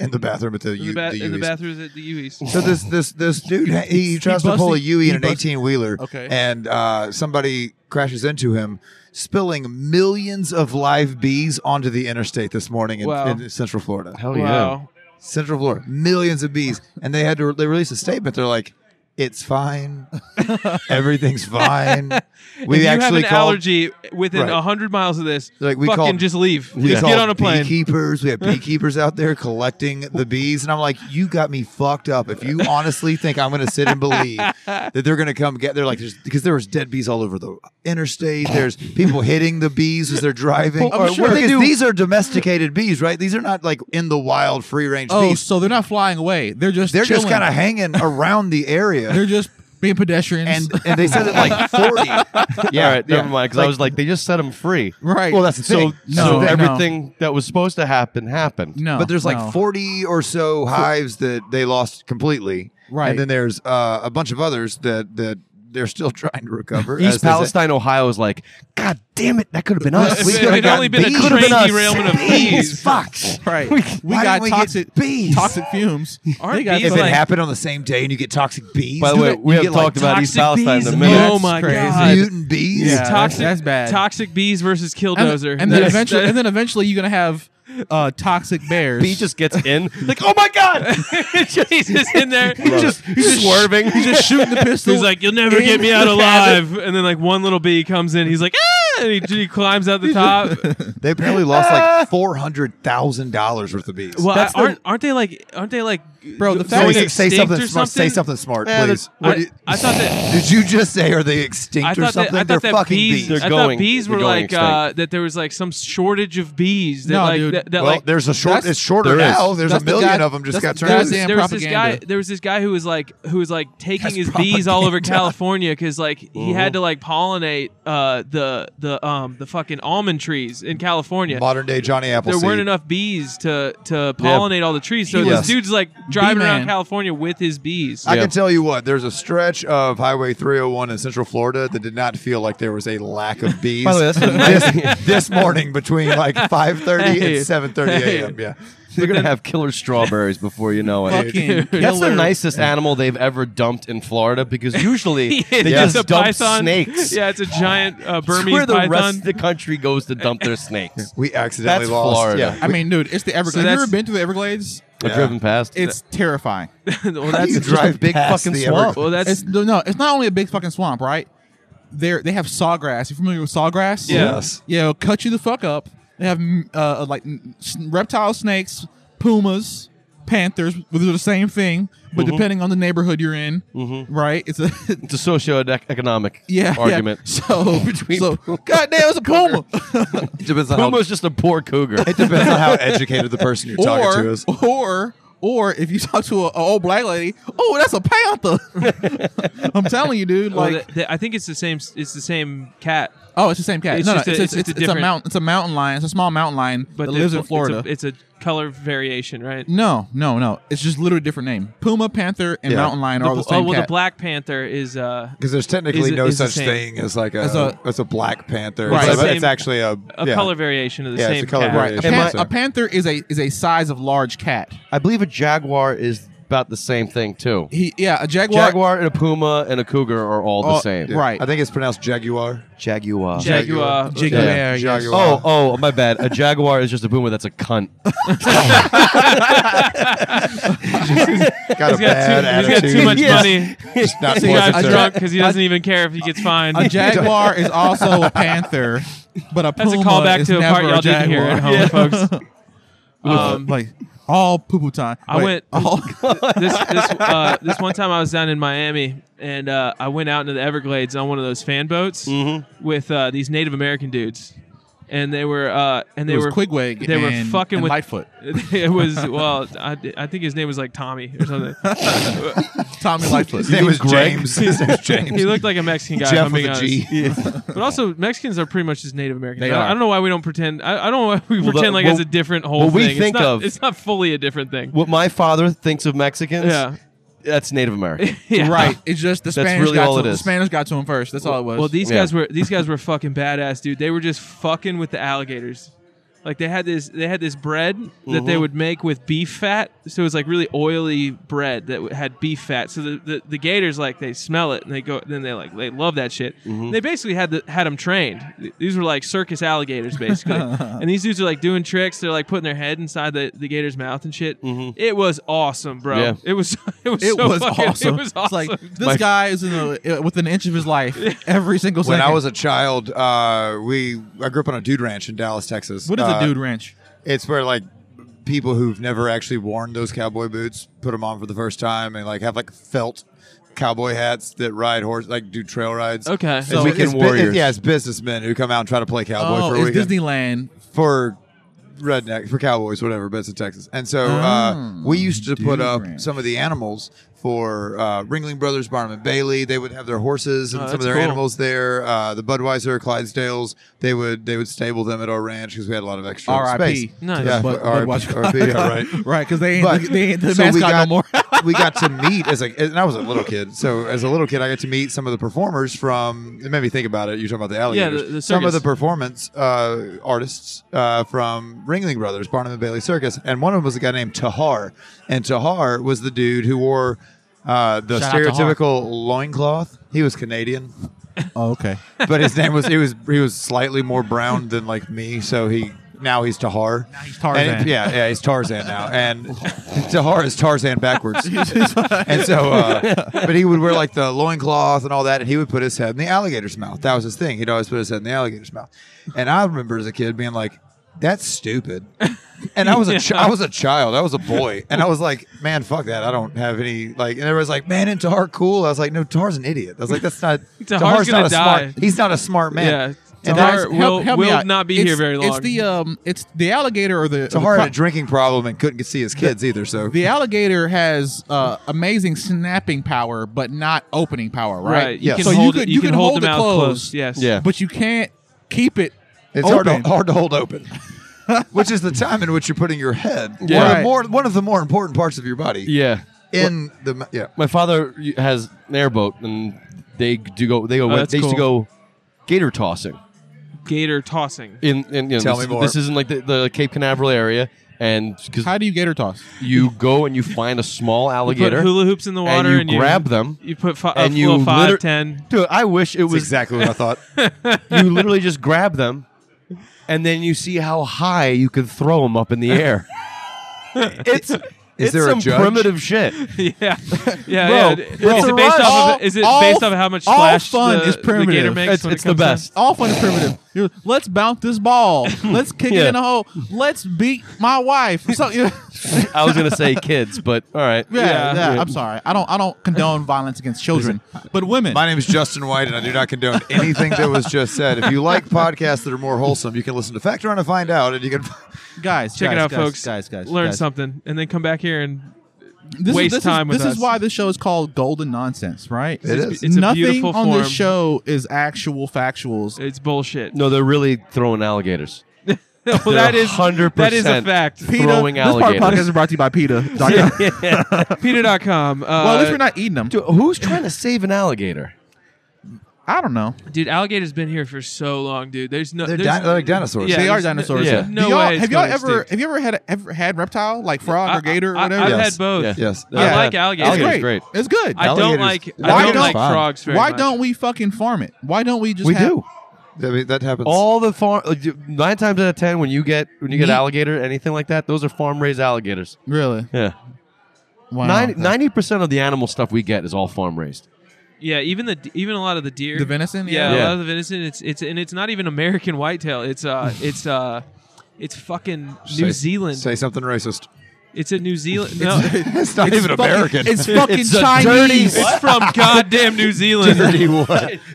Speaker 7: in the bathroom at the,
Speaker 6: in
Speaker 7: U-
Speaker 6: the, ba-
Speaker 7: the
Speaker 6: in the
Speaker 7: Yui's.
Speaker 6: bathrooms at the Yui's.
Speaker 7: So this this this dude he, he tries to
Speaker 9: busts
Speaker 7: pull a
Speaker 9: the-
Speaker 7: Yui
Speaker 9: he
Speaker 7: in an
Speaker 9: busts-
Speaker 7: eighteen wheeler,
Speaker 9: Okay.
Speaker 7: and uh, somebody crashes into him, spilling millions of live bees onto the interstate this morning in,
Speaker 6: Wow.
Speaker 7: in Central Florida.
Speaker 8: Hell
Speaker 6: wow.
Speaker 7: Central Florida, millions of bees, and they had to they released a statement. They're like, "It's fine, everything's fine."
Speaker 6: if
Speaker 7: We
Speaker 6: you have
Speaker 7: actually
Speaker 6: an
Speaker 7: called
Speaker 6: allergy within
Speaker 7: Right.
Speaker 6: a hundred miles of this,
Speaker 7: Like, we
Speaker 6: fucking
Speaker 7: called-
Speaker 6: just leave.
Speaker 7: we
Speaker 6: Just
Speaker 7: called
Speaker 6: get on a plane.
Speaker 7: Beekeepers, we have beekeepers out there collecting the bees, and I'm like, "You got me fucked up." If you honestly think I'm going to sit and believe that they're going to come get, they're like, there's, because there was dead bees all over the interstate. There's people hitting the bees as they're driving.
Speaker 9: Well, I'm sure
Speaker 7: Because
Speaker 9: they do-
Speaker 7: These are domesticated bees, right? These are not like in the wild, free range
Speaker 9: Oh,
Speaker 7: bees.
Speaker 9: so they're not flying away. They're just
Speaker 7: They're just
Speaker 9: chilling.
Speaker 7: kind of hanging around the area.
Speaker 9: they're just being pedestrians.
Speaker 7: and and they said it like 40.
Speaker 8: Yeah. All right,
Speaker 7: yeah.
Speaker 8: never mind. Because I was like, they just set him free.
Speaker 9: right.
Speaker 7: Well, that's the
Speaker 8: So,
Speaker 7: thing.
Speaker 8: so
Speaker 9: No, no.
Speaker 8: everything that was supposed to happen happened.
Speaker 9: no.
Speaker 7: but there's like
Speaker 9: no.
Speaker 7: 40 or so hives that they lost completely.
Speaker 9: Right.
Speaker 7: And then there's uh, a bunch of others that that they're still trying to recover. as
Speaker 8: East
Speaker 7: they say.
Speaker 8: Palestine, Ohio is like, God damn it, that could have been us.
Speaker 6: If
Speaker 7: We
Speaker 6: it
Speaker 7: could've
Speaker 6: had
Speaker 7: gotten
Speaker 6: only been
Speaker 7: bees.
Speaker 6: a
Speaker 7: Could've
Speaker 6: train
Speaker 8: been us.
Speaker 6: derailment of bees.
Speaker 7: Fuck.
Speaker 9: Right. We,
Speaker 7: Why
Speaker 9: got
Speaker 7: didn't we get
Speaker 9: toxic
Speaker 7: bees?
Speaker 9: toxic fumes.
Speaker 6: Aren't
Speaker 9: they got
Speaker 6: bees
Speaker 7: If
Speaker 6: like-
Speaker 7: it happened on the same day and you get toxic bees,
Speaker 8: By the
Speaker 7: dude,
Speaker 8: way,
Speaker 7: you
Speaker 8: we
Speaker 7: get,
Speaker 8: haven't
Speaker 7: like,
Speaker 8: talked about East
Speaker 6: toxic
Speaker 8: Palestine in a
Speaker 6: bees.
Speaker 8: minute.
Speaker 6: Oh my
Speaker 9: That's crazy.
Speaker 6: god.
Speaker 7: mutant bees.
Speaker 9: Yeah, that's-
Speaker 6: toxic,
Speaker 9: that's bad.
Speaker 6: Toxic bees versus
Speaker 9: and,
Speaker 6: killdozer.
Speaker 9: and then
Speaker 6: That's-
Speaker 9: eventually,
Speaker 6: that-
Speaker 9: and then eventually, you're gonna have uh, toxic bears.
Speaker 8: He just gets in, like, oh my god,
Speaker 6: he's just in there.
Speaker 8: he's just he's swerving.
Speaker 9: He's just shooting the pistol.
Speaker 6: He's like, "You'll never get me out alive." And then like one little bee comes in. He's like, "Ah!" And he, he climbs out the top.
Speaker 7: They apparently lost like $400,000 worth of bees.
Speaker 6: Well,
Speaker 8: That's
Speaker 6: I- aren't aren't they like aren't they like
Speaker 9: Bro, the
Speaker 6: going
Speaker 9: fact
Speaker 7: Say-
Speaker 9: that-
Speaker 7: say,
Speaker 6: extinct
Speaker 7: something
Speaker 6: or
Speaker 7: smart, say something smart, please.
Speaker 6: I,
Speaker 7: What do you-
Speaker 6: I thought that.
Speaker 7: Did you just say are they extinct
Speaker 6: I
Speaker 7: or
Speaker 6: thought
Speaker 7: something?
Speaker 6: that, I
Speaker 7: They're
Speaker 6: thought that
Speaker 7: fucking
Speaker 6: bees,
Speaker 7: bees.
Speaker 8: They're
Speaker 6: I thought
Speaker 8: going-
Speaker 6: bees
Speaker 8: they're
Speaker 6: were
Speaker 8: going
Speaker 6: like uh, that. There was like some shortage of bees. That
Speaker 9: No,
Speaker 6: like
Speaker 9: dude.
Speaker 6: that, that,
Speaker 7: well,
Speaker 6: like
Speaker 7: there's a short.
Speaker 9: that's-
Speaker 7: It's shorter
Speaker 8: there is.
Speaker 7: now. There's
Speaker 9: That's
Speaker 7: a
Speaker 9: the
Speaker 7: million
Speaker 9: guy-
Speaker 7: of them just got
Speaker 9: that's the
Speaker 7: turned.
Speaker 9: goddamn-
Speaker 7: loose.
Speaker 6: there was this guy.
Speaker 9: propaganda.
Speaker 6: There was this guy who was like who was like taking his bees all over California because like he had to like pollinate uh, the the um the fucking almond trees in California.
Speaker 7: Modern day Johnny
Speaker 6: there
Speaker 7: Appleseed.
Speaker 6: weren't enough bees to to pollinate all the trees. So
Speaker 9: He
Speaker 6: this
Speaker 7: was-
Speaker 6: dude's like driving around
Speaker 9: man.
Speaker 6: California with his bees.
Speaker 7: I
Speaker 8: Yeah.
Speaker 7: can tell you what. There's a stretch of Highway 301 in Central Florida that did not feel like there was a lack of bees.
Speaker 8: By the way, that's the
Speaker 7: this, this morning between like 5:30
Speaker 6: Hey.
Speaker 7: and 7:30
Speaker 6: Hey.
Speaker 7: a.m. Yeah,
Speaker 8: They're gonna have killer strawberries before you know it.
Speaker 9: fucking
Speaker 8: That's the
Speaker 9: killer.
Speaker 8: nicest animal they've ever dumped in Florida because usually
Speaker 6: Yeah,
Speaker 8: they
Speaker 6: it's
Speaker 8: just dump snakes.
Speaker 6: Yeah, it's a giant uh,
Speaker 8: It's
Speaker 6: Burmese
Speaker 8: where the rest
Speaker 6: python.
Speaker 8: of the country goes to dump their snakes.
Speaker 7: we accidentally
Speaker 8: That's
Speaker 7: lost.
Speaker 8: Florida.
Speaker 7: Yeah,
Speaker 9: I mean, dude, it's the Everglades.
Speaker 6: So
Speaker 9: have you
Speaker 6: that's-
Speaker 9: ever been to the Everglades?
Speaker 8: I've driven past.
Speaker 9: It's terrifying.
Speaker 6: well,
Speaker 7: How do
Speaker 6: that's
Speaker 7: you
Speaker 6: just a-
Speaker 7: drive
Speaker 8: big
Speaker 7: past
Speaker 8: fucking
Speaker 7: the
Speaker 8: swamp.
Speaker 7: Everglades?
Speaker 6: well, that's
Speaker 9: It's no, no. It's not only a big fucking swamp, right? They are they have sawgrass. You familiar with sawgrass?
Speaker 6: Yeah.
Speaker 7: Yes.
Speaker 9: Yeah, it'll cut you the fuck up. They have mm, uh, like mm, s- reptile snakes, pumas, panthers, which are the same thing, but depending on the neighborhood you're in, right? It's a
Speaker 8: It's a socio-economic
Speaker 9: yeah
Speaker 8: argument.
Speaker 9: Yeah. So
Speaker 8: Between
Speaker 9: so
Speaker 8: puma-
Speaker 9: goddamn, it's a puma.
Speaker 7: it depends on how
Speaker 8: Puma's just a poor cougar.
Speaker 7: it depends on how educated the person you're talking to
Speaker 9: or
Speaker 7: is.
Speaker 9: or or if you talk to an old black lady, oh, that's a panther. I'm telling you, dude.
Speaker 6: well,
Speaker 9: Like,
Speaker 6: the- the- I think it's the same. s- It's the same cat,
Speaker 9: oh, it's the same cat.
Speaker 6: it's
Speaker 9: no, no,
Speaker 6: just a-
Speaker 9: it's,
Speaker 6: it's just a
Speaker 9: it's, it's, a
Speaker 6: different-
Speaker 9: mountain. It's a mountain lion. It's a small mountain lion
Speaker 6: but
Speaker 9: that
Speaker 6: the-
Speaker 9: lives in
Speaker 6: it's a-
Speaker 9: Florida.
Speaker 6: It's a, color variation, right?
Speaker 9: no, no, no. It's just literally a different name. Puma, panther, and
Speaker 7: Yeah.
Speaker 9: mountain lion are all the
Speaker 6: The-
Speaker 9: same
Speaker 6: oh well,
Speaker 9: cat.
Speaker 6: the black panther is. uh
Speaker 7: Because there's technically
Speaker 6: Is it-
Speaker 7: no
Speaker 6: is the
Speaker 7: such
Speaker 6: same.
Speaker 7: thing as like a
Speaker 9: As a-
Speaker 7: as a Black Panther.
Speaker 9: Right.
Speaker 7: It's,
Speaker 6: Same-
Speaker 7: it's actually a,
Speaker 6: A
Speaker 7: yeah.
Speaker 6: color variation of the
Speaker 7: Yeah, it's
Speaker 6: same
Speaker 7: a color
Speaker 6: cat.
Speaker 7: variation.
Speaker 9: A,
Speaker 7: Am
Speaker 9: pan-
Speaker 7: I-
Speaker 9: a panther is a is a size of large cat.
Speaker 8: I believe a jaguar is about the same thing too.
Speaker 9: He, yeah, a jaguar.
Speaker 8: Jaguar and a puma and a cougar are all the
Speaker 9: Oh,
Speaker 8: same.
Speaker 9: Right.
Speaker 7: I think it's pronounced Jaguar.
Speaker 10: Jaguar.
Speaker 6: Jaguar.
Speaker 9: Jaguar.
Speaker 8: Yeah.
Speaker 9: yes.
Speaker 7: Jaguar.
Speaker 8: Oh, oh, my bad. A jaguar is just a puma that's a cunt.
Speaker 7: got a
Speaker 6: He's got,
Speaker 7: bad
Speaker 6: too, he's
Speaker 7: attitude.
Speaker 6: got too much
Speaker 8: Yes.
Speaker 6: money.
Speaker 7: Just not
Speaker 6: So he got
Speaker 7: pleasant to-
Speaker 6: drunk because he doesn't even care if he gets fined.
Speaker 9: A jaguar is also a panther, but a
Speaker 6: That's a
Speaker 9: puma
Speaker 6: callback
Speaker 9: is
Speaker 6: to a
Speaker 9: never
Speaker 6: part y'all
Speaker 9: jaguar.
Speaker 6: didn't hear at home, folks. Um,
Speaker 9: like all poo poo time.
Speaker 6: I
Speaker 9: Wait,
Speaker 6: went-
Speaker 9: all
Speaker 6: this this uh, this one time I was down in Miami and uh, I went out into the Everglades on one of those fan boats with uh, these Native American dudes, and they were uh, and they
Speaker 9: it was
Speaker 6: were
Speaker 9: Quigwig.
Speaker 6: They were
Speaker 9: and-
Speaker 6: fucking
Speaker 9: and
Speaker 6: with
Speaker 9: Lightfoot.
Speaker 6: it was well, I, I think his name was like Tommy or something.
Speaker 9: Tommy Lightfoot.
Speaker 7: His name was
Speaker 8: Greg.
Speaker 7: James. His name was James.
Speaker 6: he looked like a Mexican guy. uh, if
Speaker 7: Jeff
Speaker 6: I'm
Speaker 7: with
Speaker 6: being
Speaker 7: a
Speaker 6: honest.
Speaker 7: G.
Speaker 6: But also Mexicans are pretty much just Native Americans.
Speaker 9: They
Speaker 6: I, I
Speaker 9: are.
Speaker 6: don't know why we don't pretend. I, I don't know why we
Speaker 8: Well, the-
Speaker 6: pretend like
Speaker 8: well-
Speaker 6: it's a different whole
Speaker 8: well,
Speaker 6: thing.
Speaker 8: we
Speaker 6: it's
Speaker 8: think
Speaker 6: not,
Speaker 8: of-
Speaker 6: it's not fully a different thing.
Speaker 8: What my father thinks of Mexicans,
Speaker 6: Yeah.
Speaker 8: that's Native American.
Speaker 6: Yeah.
Speaker 9: Right. It's just the
Speaker 8: That's
Speaker 9: Spanish
Speaker 8: really
Speaker 9: got
Speaker 8: all
Speaker 9: to
Speaker 8: it
Speaker 9: the
Speaker 8: is.
Speaker 9: Spanish got to him first. That's all it was.
Speaker 6: Well, these
Speaker 8: Yeah.
Speaker 6: guys were these guys were fucking badass, dude. They were just fucking with the alligators. Like they had this they had this bread that
Speaker 8: Mm-hmm.
Speaker 6: they would make with beef fat. So it was like really oily bread that w- had beef fat. So the, the, the gators like they smell it and they go then they like they love that shit.
Speaker 8: Mm-hmm.
Speaker 6: They basically had the, had them trained. Th- These were like circus alligators basically. and these dudes are like doing tricks. They're like putting their head inside the, the gator's mouth and shit. It was awesome, bro.
Speaker 8: Mm-hmm. Yeah.
Speaker 6: It was it was
Speaker 9: it
Speaker 6: so
Speaker 9: was
Speaker 6: fucking,
Speaker 9: awesome.
Speaker 6: It was
Speaker 9: It's
Speaker 6: awesome.
Speaker 9: like this
Speaker 8: My-
Speaker 9: guy is in a, uh, within an inch of his life every single
Speaker 7: When
Speaker 9: second.
Speaker 7: I was a child, uh, we I grew up on a dude ranch in Dallas, Texas.
Speaker 9: what is
Speaker 7: Uh,
Speaker 9: a dude ranch?
Speaker 7: It's where like people who've never actually worn those cowboy boots put them on for the first time and like have like felt cowboy hats that ride horse like do trail rides.
Speaker 6: okay.
Speaker 7: It's
Speaker 9: So
Speaker 7: weekend
Speaker 8: it's bu-
Speaker 7: warriors.
Speaker 8: it's-
Speaker 7: yeah, it's businessmen who come out and try to play cowboy
Speaker 9: oh,
Speaker 7: for a
Speaker 9: it's
Speaker 7: weekend
Speaker 9: Disneyland.
Speaker 7: for redneck for cowboys, whatever. But it's in Texas, and so uh,
Speaker 9: Oh,
Speaker 7: we used to put
Speaker 9: dude
Speaker 7: up
Speaker 9: ranch.
Speaker 7: some of the animals for uh, Ringling Brothers, Barnum and Bailey. They would have their horses and
Speaker 6: Oh,
Speaker 7: some of
Speaker 6: that's
Speaker 7: their
Speaker 6: cool.
Speaker 7: animals there. Uh, the Budweiser, Clydesdales. They would they would stable them at our ranch because we had a lot of extra
Speaker 9: R.I.P.
Speaker 7: space.
Speaker 6: Nice.
Speaker 7: Yeah,
Speaker 9: Bud-
Speaker 7: R-
Speaker 9: Budweiser.
Speaker 7: R.I.P. Yeah, right.
Speaker 9: Right, because they ain't
Speaker 7: But-
Speaker 9: the, they ain't the
Speaker 7: so we
Speaker 9: mascot
Speaker 7: got-
Speaker 9: no more.
Speaker 7: we got to meet as a, and I was a little kid. So as a little kid, I got to meet some of the performers from. It made me think about it. You're talking about the alligators.
Speaker 6: Yeah, the- the
Speaker 7: some of the
Speaker 6: circus.
Speaker 7: performance uh, artists uh, from Ringling Brothers, Barnum and Bailey Circus, and one of them was a guy named Tahar, and Tahar was the dude who wore uh, the
Speaker 9: Shout out
Speaker 7: stereotypical loincloth. He was Canadian,
Speaker 9: oh, okay.
Speaker 7: but his name was he was he was slightly more brown than like me, so he. Now he's Tahar. Now
Speaker 9: he's Tarzan.
Speaker 7: yeah, yeah, he's Tarzan now. And Tahar is Tarzan backwards and so, uh, but he would wear like the loincloth and all that, and he would put his head in the alligator's mouth. That was his thing. He'd always put his head in the alligator's mouth. And I remember as a kid being like, that's stupid. And I was a chi- I was a child. I was a boy. And I was like, man, fuck that. I don't have any like and everybody's like, man, and Tahar cool. I was like, no, Tahar's an idiot. I was like, that's not
Speaker 6: Tahar's
Speaker 7: not
Speaker 6: gonna
Speaker 7: a
Speaker 6: die.
Speaker 7: smart he's not a smart man.
Speaker 6: Yeah.
Speaker 7: And
Speaker 6: Tahar
Speaker 7: that's-
Speaker 6: will- will not be
Speaker 9: it's,
Speaker 6: here very long.
Speaker 9: It's the um, it's the alligator or the or the
Speaker 7: Tahar
Speaker 9: pro-
Speaker 7: had a drinking problem and couldn't see his kids either. So
Speaker 9: The alligator has uh, amazing snapping power, but not opening power, right?
Speaker 6: Right. You
Speaker 7: Yes.
Speaker 6: can
Speaker 9: So you
Speaker 6: hold
Speaker 9: could-
Speaker 6: it, you,
Speaker 9: you
Speaker 6: can,
Speaker 9: can
Speaker 6: hold
Speaker 9: hold
Speaker 6: the
Speaker 9: it
Speaker 6: mouth
Speaker 9: closed.
Speaker 6: closed. Yes.
Speaker 8: Yeah.
Speaker 9: But you can't keep it.
Speaker 7: It's hard
Speaker 9: open.
Speaker 7: to, hard to hold open, which is the time in which you're putting your head.
Speaker 8: Yeah.
Speaker 7: One, of
Speaker 9: Right.
Speaker 7: more, one of the more important parts of your body.
Speaker 8: Yeah.
Speaker 7: In the ma- yeah.
Speaker 8: My father has an airboat, and they do go. They go.
Speaker 6: Oh, that's
Speaker 8: they used to
Speaker 6: cool.
Speaker 8: go gator tossing.
Speaker 6: Gator tossing.
Speaker 8: In, in you know,
Speaker 7: Tell
Speaker 8: this,
Speaker 7: me more.
Speaker 8: this isn't like the, the Cape Canaveral area, and
Speaker 9: How
Speaker 8: because
Speaker 9: do you gator toss?
Speaker 8: you go and you find a small
Speaker 6: Put
Speaker 8: alligator,
Speaker 6: hula hoops in the
Speaker 8: and
Speaker 6: water
Speaker 8: you
Speaker 6: and you
Speaker 8: grab them,
Speaker 6: You put fi-
Speaker 8: and
Speaker 6: a
Speaker 8: you
Speaker 6: little five,
Speaker 8: liter-
Speaker 6: ten.
Speaker 8: Dude, I wish it was
Speaker 7: exactly what I thought.
Speaker 8: you literally just grab them and then you see how high you can throw them up in the air. it's is it's
Speaker 7: there a
Speaker 8: some
Speaker 7: judge?
Speaker 8: primitive shit.
Speaker 6: yeah, yeah,
Speaker 8: Bro,
Speaker 6: yeah. is
Speaker 8: bro.
Speaker 6: it based
Speaker 9: All-
Speaker 6: off? Of, is it
Speaker 9: all-
Speaker 6: based off of how much
Speaker 9: all
Speaker 6: splash
Speaker 9: fun
Speaker 6: the,
Speaker 9: is
Speaker 6: the gator
Speaker 9: primitive.
Speaker 6: makes?
Speaker 8: It's,
Speaker 6: when it
Speaker 8: it's the
Speaker 6: comes down?
Speaker 8: best.
Speaker 9: All fun is primitive. You're, let's bounce this ball. Let's kick it
Speaker 8: Yeah.
Speaker 9: in a hole. Let's beat my wife. So, yeah, yeah,
Speaker 8: I was gonna say kids, but all right.
Speaker 6: Yeah.
Speaker 9: yeah, I'm sorry. I don't. I don't condone violence against children, but women.
Speaker 7: My name is Justin White, and I do not condone anything that was just said. If you like podcasts that are more wholesome, you can listen to Factor and Find Out, and you can.
Speaker 9: guys,
Speaker 6: Check it
Speaker 9: guys,
Speaker 6: out,
Speaker 9: guys,
Speaker 6: folks.
Speaker 9: Guys, guys,
Speaker 6: learn
Speaker 9: guys.
Speaker 6: something and then come back here and
Speaker 9: This
Speaker 6: waste
Speaker 9: is, this
Speaker 6: time
Speaker 9: Is,
Speaker 6: with
Speaker 9: this
Speaker 6: us.
Speaker 9: is why this show is called Golden Nonsense, right?
Speaker 7: It is.
Speaker 6: It's a
Speaker 9: Nothing
Speaker 6: beautiful
Speaker 9: on
Speaker 6: form.
Speaker 9: this show is actual factuals.
Speaker 6: it's bullshit.
Speaker 8: No, they're really throwing alligators.
Speaker 6: well, that is
Speaker 8: 100%
Speaker 6: that is a fact.
Speaker 8: Throwing
Speaker 9: this part of the podcast
Speaker 8: alligators.
Speaker 9: is brought to you by PETA.
Speaker 6: Peter.com. Uh,
Speaker 9: Well, at least we're not eating them.
Speaker 8: Dude, who's trying to save an alligator?
Speaker 9: I don't know.
Speaker 6: Dude, alligators been here for so long, dude. There's no.
Speaker 7: They're,
Speaker 6: there's-
Speaker 7: di- they're like dinosaurs.
Speaker 6: Yeah,
Speaker 9: they are
Speaker 6: there's no-
Speaker 9: dinosaurs.
Speaker 6: yeah.
Speaker 9: Do
Speaker 6: No
Speaker 9: y'all-
Speaker 6: way it's
Speaker 9: Have y'all
Speaker 6: going
Speaker 9: ever
Speaker 6: extinct.
Speaker 9: have you ever had ever had reptile like frog
Speaker 6: I-
Speaker 9: or gator or
Speaker 6: I-
Speaker 9: whatever?
Speaker 6: I've
Speaker 7: Yes.
Speaker 6: had both.
Speaker 7: Yes.
Speaker 6: I
Speaker 9: Yeah.
Speaker 6: like alligators.
Speaker 9: It's
Speaker 8: Alligator's
Speaker 9: great.
Speaker 8: great.
Speaker 9: It's good.
Speaker 6: I don't
Speaker 7: Alligators-
Speaker 6: like.
Speaker 7: Why
Speaker 6: I don't
Speaker 7: don't-
Speaker 6: like
Speaker 7: Fine.
Speaker 6: frogs. Very
Speaker 9: Why
Speaker 6: much.
Speaker 9: don't we fucking farm it? Why don't we just
Speaker 8: We
Speaker 9: have-
Speaker 8: do.
Speaker 7: I mean, that happens.
Speaker 8: All the farm, like, you- nine times out of ten, when you get when you get
Speaker 9: Meat.
Speaker 8: alligator, anything like that, those are farm raised alligators.
Speaker 9: really?
Speaker 8: Yeah,
Speaker 9: Wow.
Speaker 8: ninety percent of the animal stuff we get is all farm raised.
Speaker 6: Yeah, even the even a lot of the deer,
Speaker 9: The venison,
Speaker 6: Yeah,
Speaker 9: yeah.
Speaker 6: a
Speaker 8: Yeah.
Speaker 6: lot of the venison. It's it's and it's not even American whitetail. It's uh, it's uh, it's fucking
Speaker 7: Say-
Speaker 6: New Zealand.
Speaker 7: Say something racist.
Speaker 6: It's a New Zealand. No,
Speaker 7: It's not even
Speaker 9: fucking-
Speaker 7: American.
Speaker 9: It's fucking
Speaker 8: It's a
Speaker 9: Chinese.
Speaker 8: dirty-
Speaker 6: it's from goddamn New Zealand.
Speaker 8: Dirty what?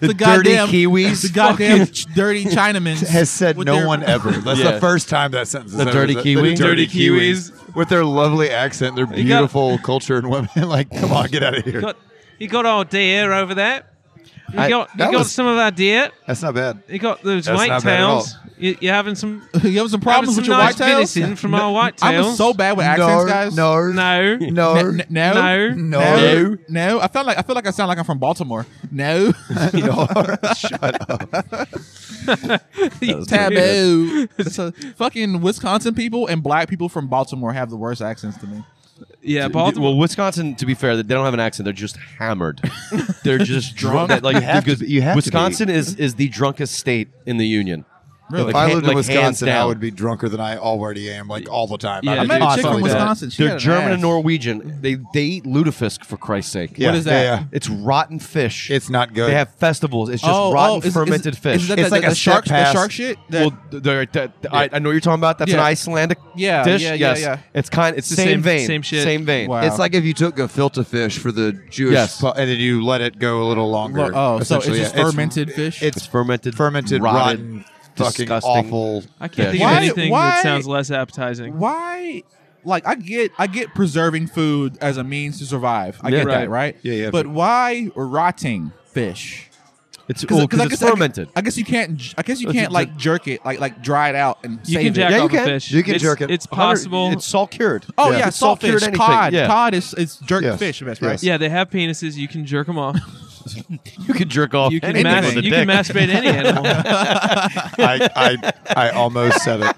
Speaker 9: The goddamn
Speaker 8: kiwis.
Speaker 9: The goddamn ch- dirty Chinaman
Speaker 7: has said
Speaker 9: with
Speaker 7: no
Speaker 9: their-
Speaker 7: one ever. That's
Speaker 8: Yeah.
Speaker 7: the first time that sentence. is
Speaker 8: The
Speaker 7: ever-
Speaker 8: dirty kiwi?
Speaker 6: Dirty kiwis.
Speaker 7: with their lovely accent, their
Speaker 6: got-
Speaker 7: beautiful culture and women. like, come on, get out of here.
Speaker 6: got, you got our deer over there. You
Speaker 8: I-
Speaker 6: got you
Speaker 7: that
Speaker 6: got
Speaker 7: was-
Speaker 6: some of our deer.
Speaker 7: That's not bad.
Speaker 6: You got those
Speaker 7: That's
Speaker 6: white
Speaker 7: not bad at
Speaker 6: tails. You, you're having some
Speaker 9: You have
Speaker 6: having
Speaker 9: some problems
Speaker 6: some
Speaker 9: with your
Speaker 6: nice
Speaker 9: whitetails?
Speaker 6: venison from our white
Speaker 9: I
Speaker 6: tails.
Speaker 9: was so bad with accents, guys.
Speaker 7: No,
Speaker 6: no.
Speaker 7: no,
Speaker 9: N- n- no,
Speaker 6: No.
Speaker 7: No.
Speaker 9: no, no. I felt like I feel like I sound like I'm from Baltimore. No,
Speaker 7: no. Shut up.
Speaker 9: taboo. It's a- fucking Wisconsin people and black people from Baltimore have the worst accents to me.
Speaker 6: Yeah,
Speaker 8: Well,
Speaker 6: Baltimore.
Speaker 8: Wisconsin, to be fair, they don't have an accent. They're just hammered. They're just drunk. like
Speaker 7: have to
Speaker 8: because
Speaker 7: be- you have to
Speaker 8: Wisconsin is is the drunkest state in the union.
Speaker 9: Really?
Speaker 7: If I
Speaker 8: ha-
Speaker 7: lived in
Speaker 8: like, hands
Speaker 7: Wisconsin, I
Speaker 8: down.
Speaker 7: would be drunker than I already am, like all the time.
Speaker 6: Yeah,
Speaker 7: I'm
Speaker 6: I
Speaker 9: I met a chick from
Speaker 7: constantly bad.
Speaker 9: Wisconsin. She had
Speaker 8: They're
Speaker 9: an
Speaker 8: German
Speaker 9: ass.
Speaker 8: and Norwegian. They they eat lutefisk for Christ's sake.
Speaker 7: Yeah,
Speaker 9: is that?
Speaker 7: yeah, yeah.
Speaker 8: It's rotten fish.
Speaker 7: It's not good.
Speaker 8: They have festivals. It's just
Speaker 9: Oh, oh,
Speaker 8: rotten
Speaker 9: is- is-
Speaker 8: fermented
Speaker 9: is
Speaker 8: fish.
Speaker 9: that
Speaker 7: It's
Speaker 9: the-
Speaker 7: like
Speaker 9: the
Speaker 7: a step
Speaker 9: shark, the
Speaker 7: past-
Speaker 9: shark shit. That-
Speaker 8: well, they're, they're- I, I know what you're talking about. That's
Speaker 9: Yeah.
Speaker 8: an Icelandic
Speaker 9: Yeah,
Speaker 8: dish.
Speaker 9: yeah, yeah,
Speaker 8: yes.
Speaker 9: yeah.
Speaker 8: It's kind. It's the
Speaker 6: Same-
Speaker 8: same, vein.
Speaker 6: same shit.
Speaker 8: Same vein.
Speaker 9: Wow.
Speaker 7: It's like if you took gefilte fish for the Jewish,
Speaker 8: Yes.
Speaker 7: pu- and then you let it go a little longer.
Speaker 9: Lo- oh, so it's
Speaker 7: essentially,
Speaker 9: just
Speaker 7: yeah.
Speaker 9: fermented fish?
Speaker 8: It's
Speaker 7: It's
Speaker 8: fermented,
Speaker 7: fermented, rotten,
Speaker 8: rotted,
Speaker 7: fucking
Speaker 8: disgusting.
Speaker 7: awful.
Speaker 6: I can't think
Speaker 9: Why-
Speaker 6: of anything
Speaker 9: why-
Speaker 6: that sounds less appetizing.
Speaker 9: why like I get I get preserving food as a means to survive. I get
Speaker 6: Right.
Speaker 9: that, right?
Speaker 7: Yeah, yeah.
Speaker 9: But why rotting fish?
Speaker 8: It's
Speaker 9: Because
Speaker 8: cool because it's fermented.
Speaker 9: I, guess you can't. j- I guess you
Speaker 8: It's
Speaker 9: can't
Speaker 8: a-
Speaker 9: like jerk it, like like dry it out and
Speaker 6: You
Speaker 9: save
Speaker 6: can
Speaker 9: it.
Speaker 6: jack
Speaker 8: Yeah, you
Speaker 6: off a
Speaker 8: can.
Speaker 6: fish.
Speaker 7: You can
Speaker 6: It's-
Speaker 7: jerk it.
Speaker 6: It's
Speaker 8: Hundred-
Speaker 6: possible.
Speaker 8: It's salt cured.
Speaker 9: Oh
Speaker 7: Yeah.
Speaker 9: yeah,
Speaker 8: It's salt cured
Speaker 9: saltfish,
Speaker 8: anything.
Speaker 9: cod,
Speaker 8: Yeah.
Speaker 9: cod is it's jerk
Speaker 7: Yes.
Speaker 9: fish, best right?
Speaker 7: Yes.
Speaker 6: yeah, they have penises. You can jerk them off.
Speaker 8: You can jerk off.
Speaker 6: You can,
Speaker 8: Oh, anything
Speaker 6: mas-
Speaker 8: with a
Speaker 6: you can
Speaker 8: dick.
Speaker 6: masturbate any animal.
Speaker 7: I, I, I almost said it.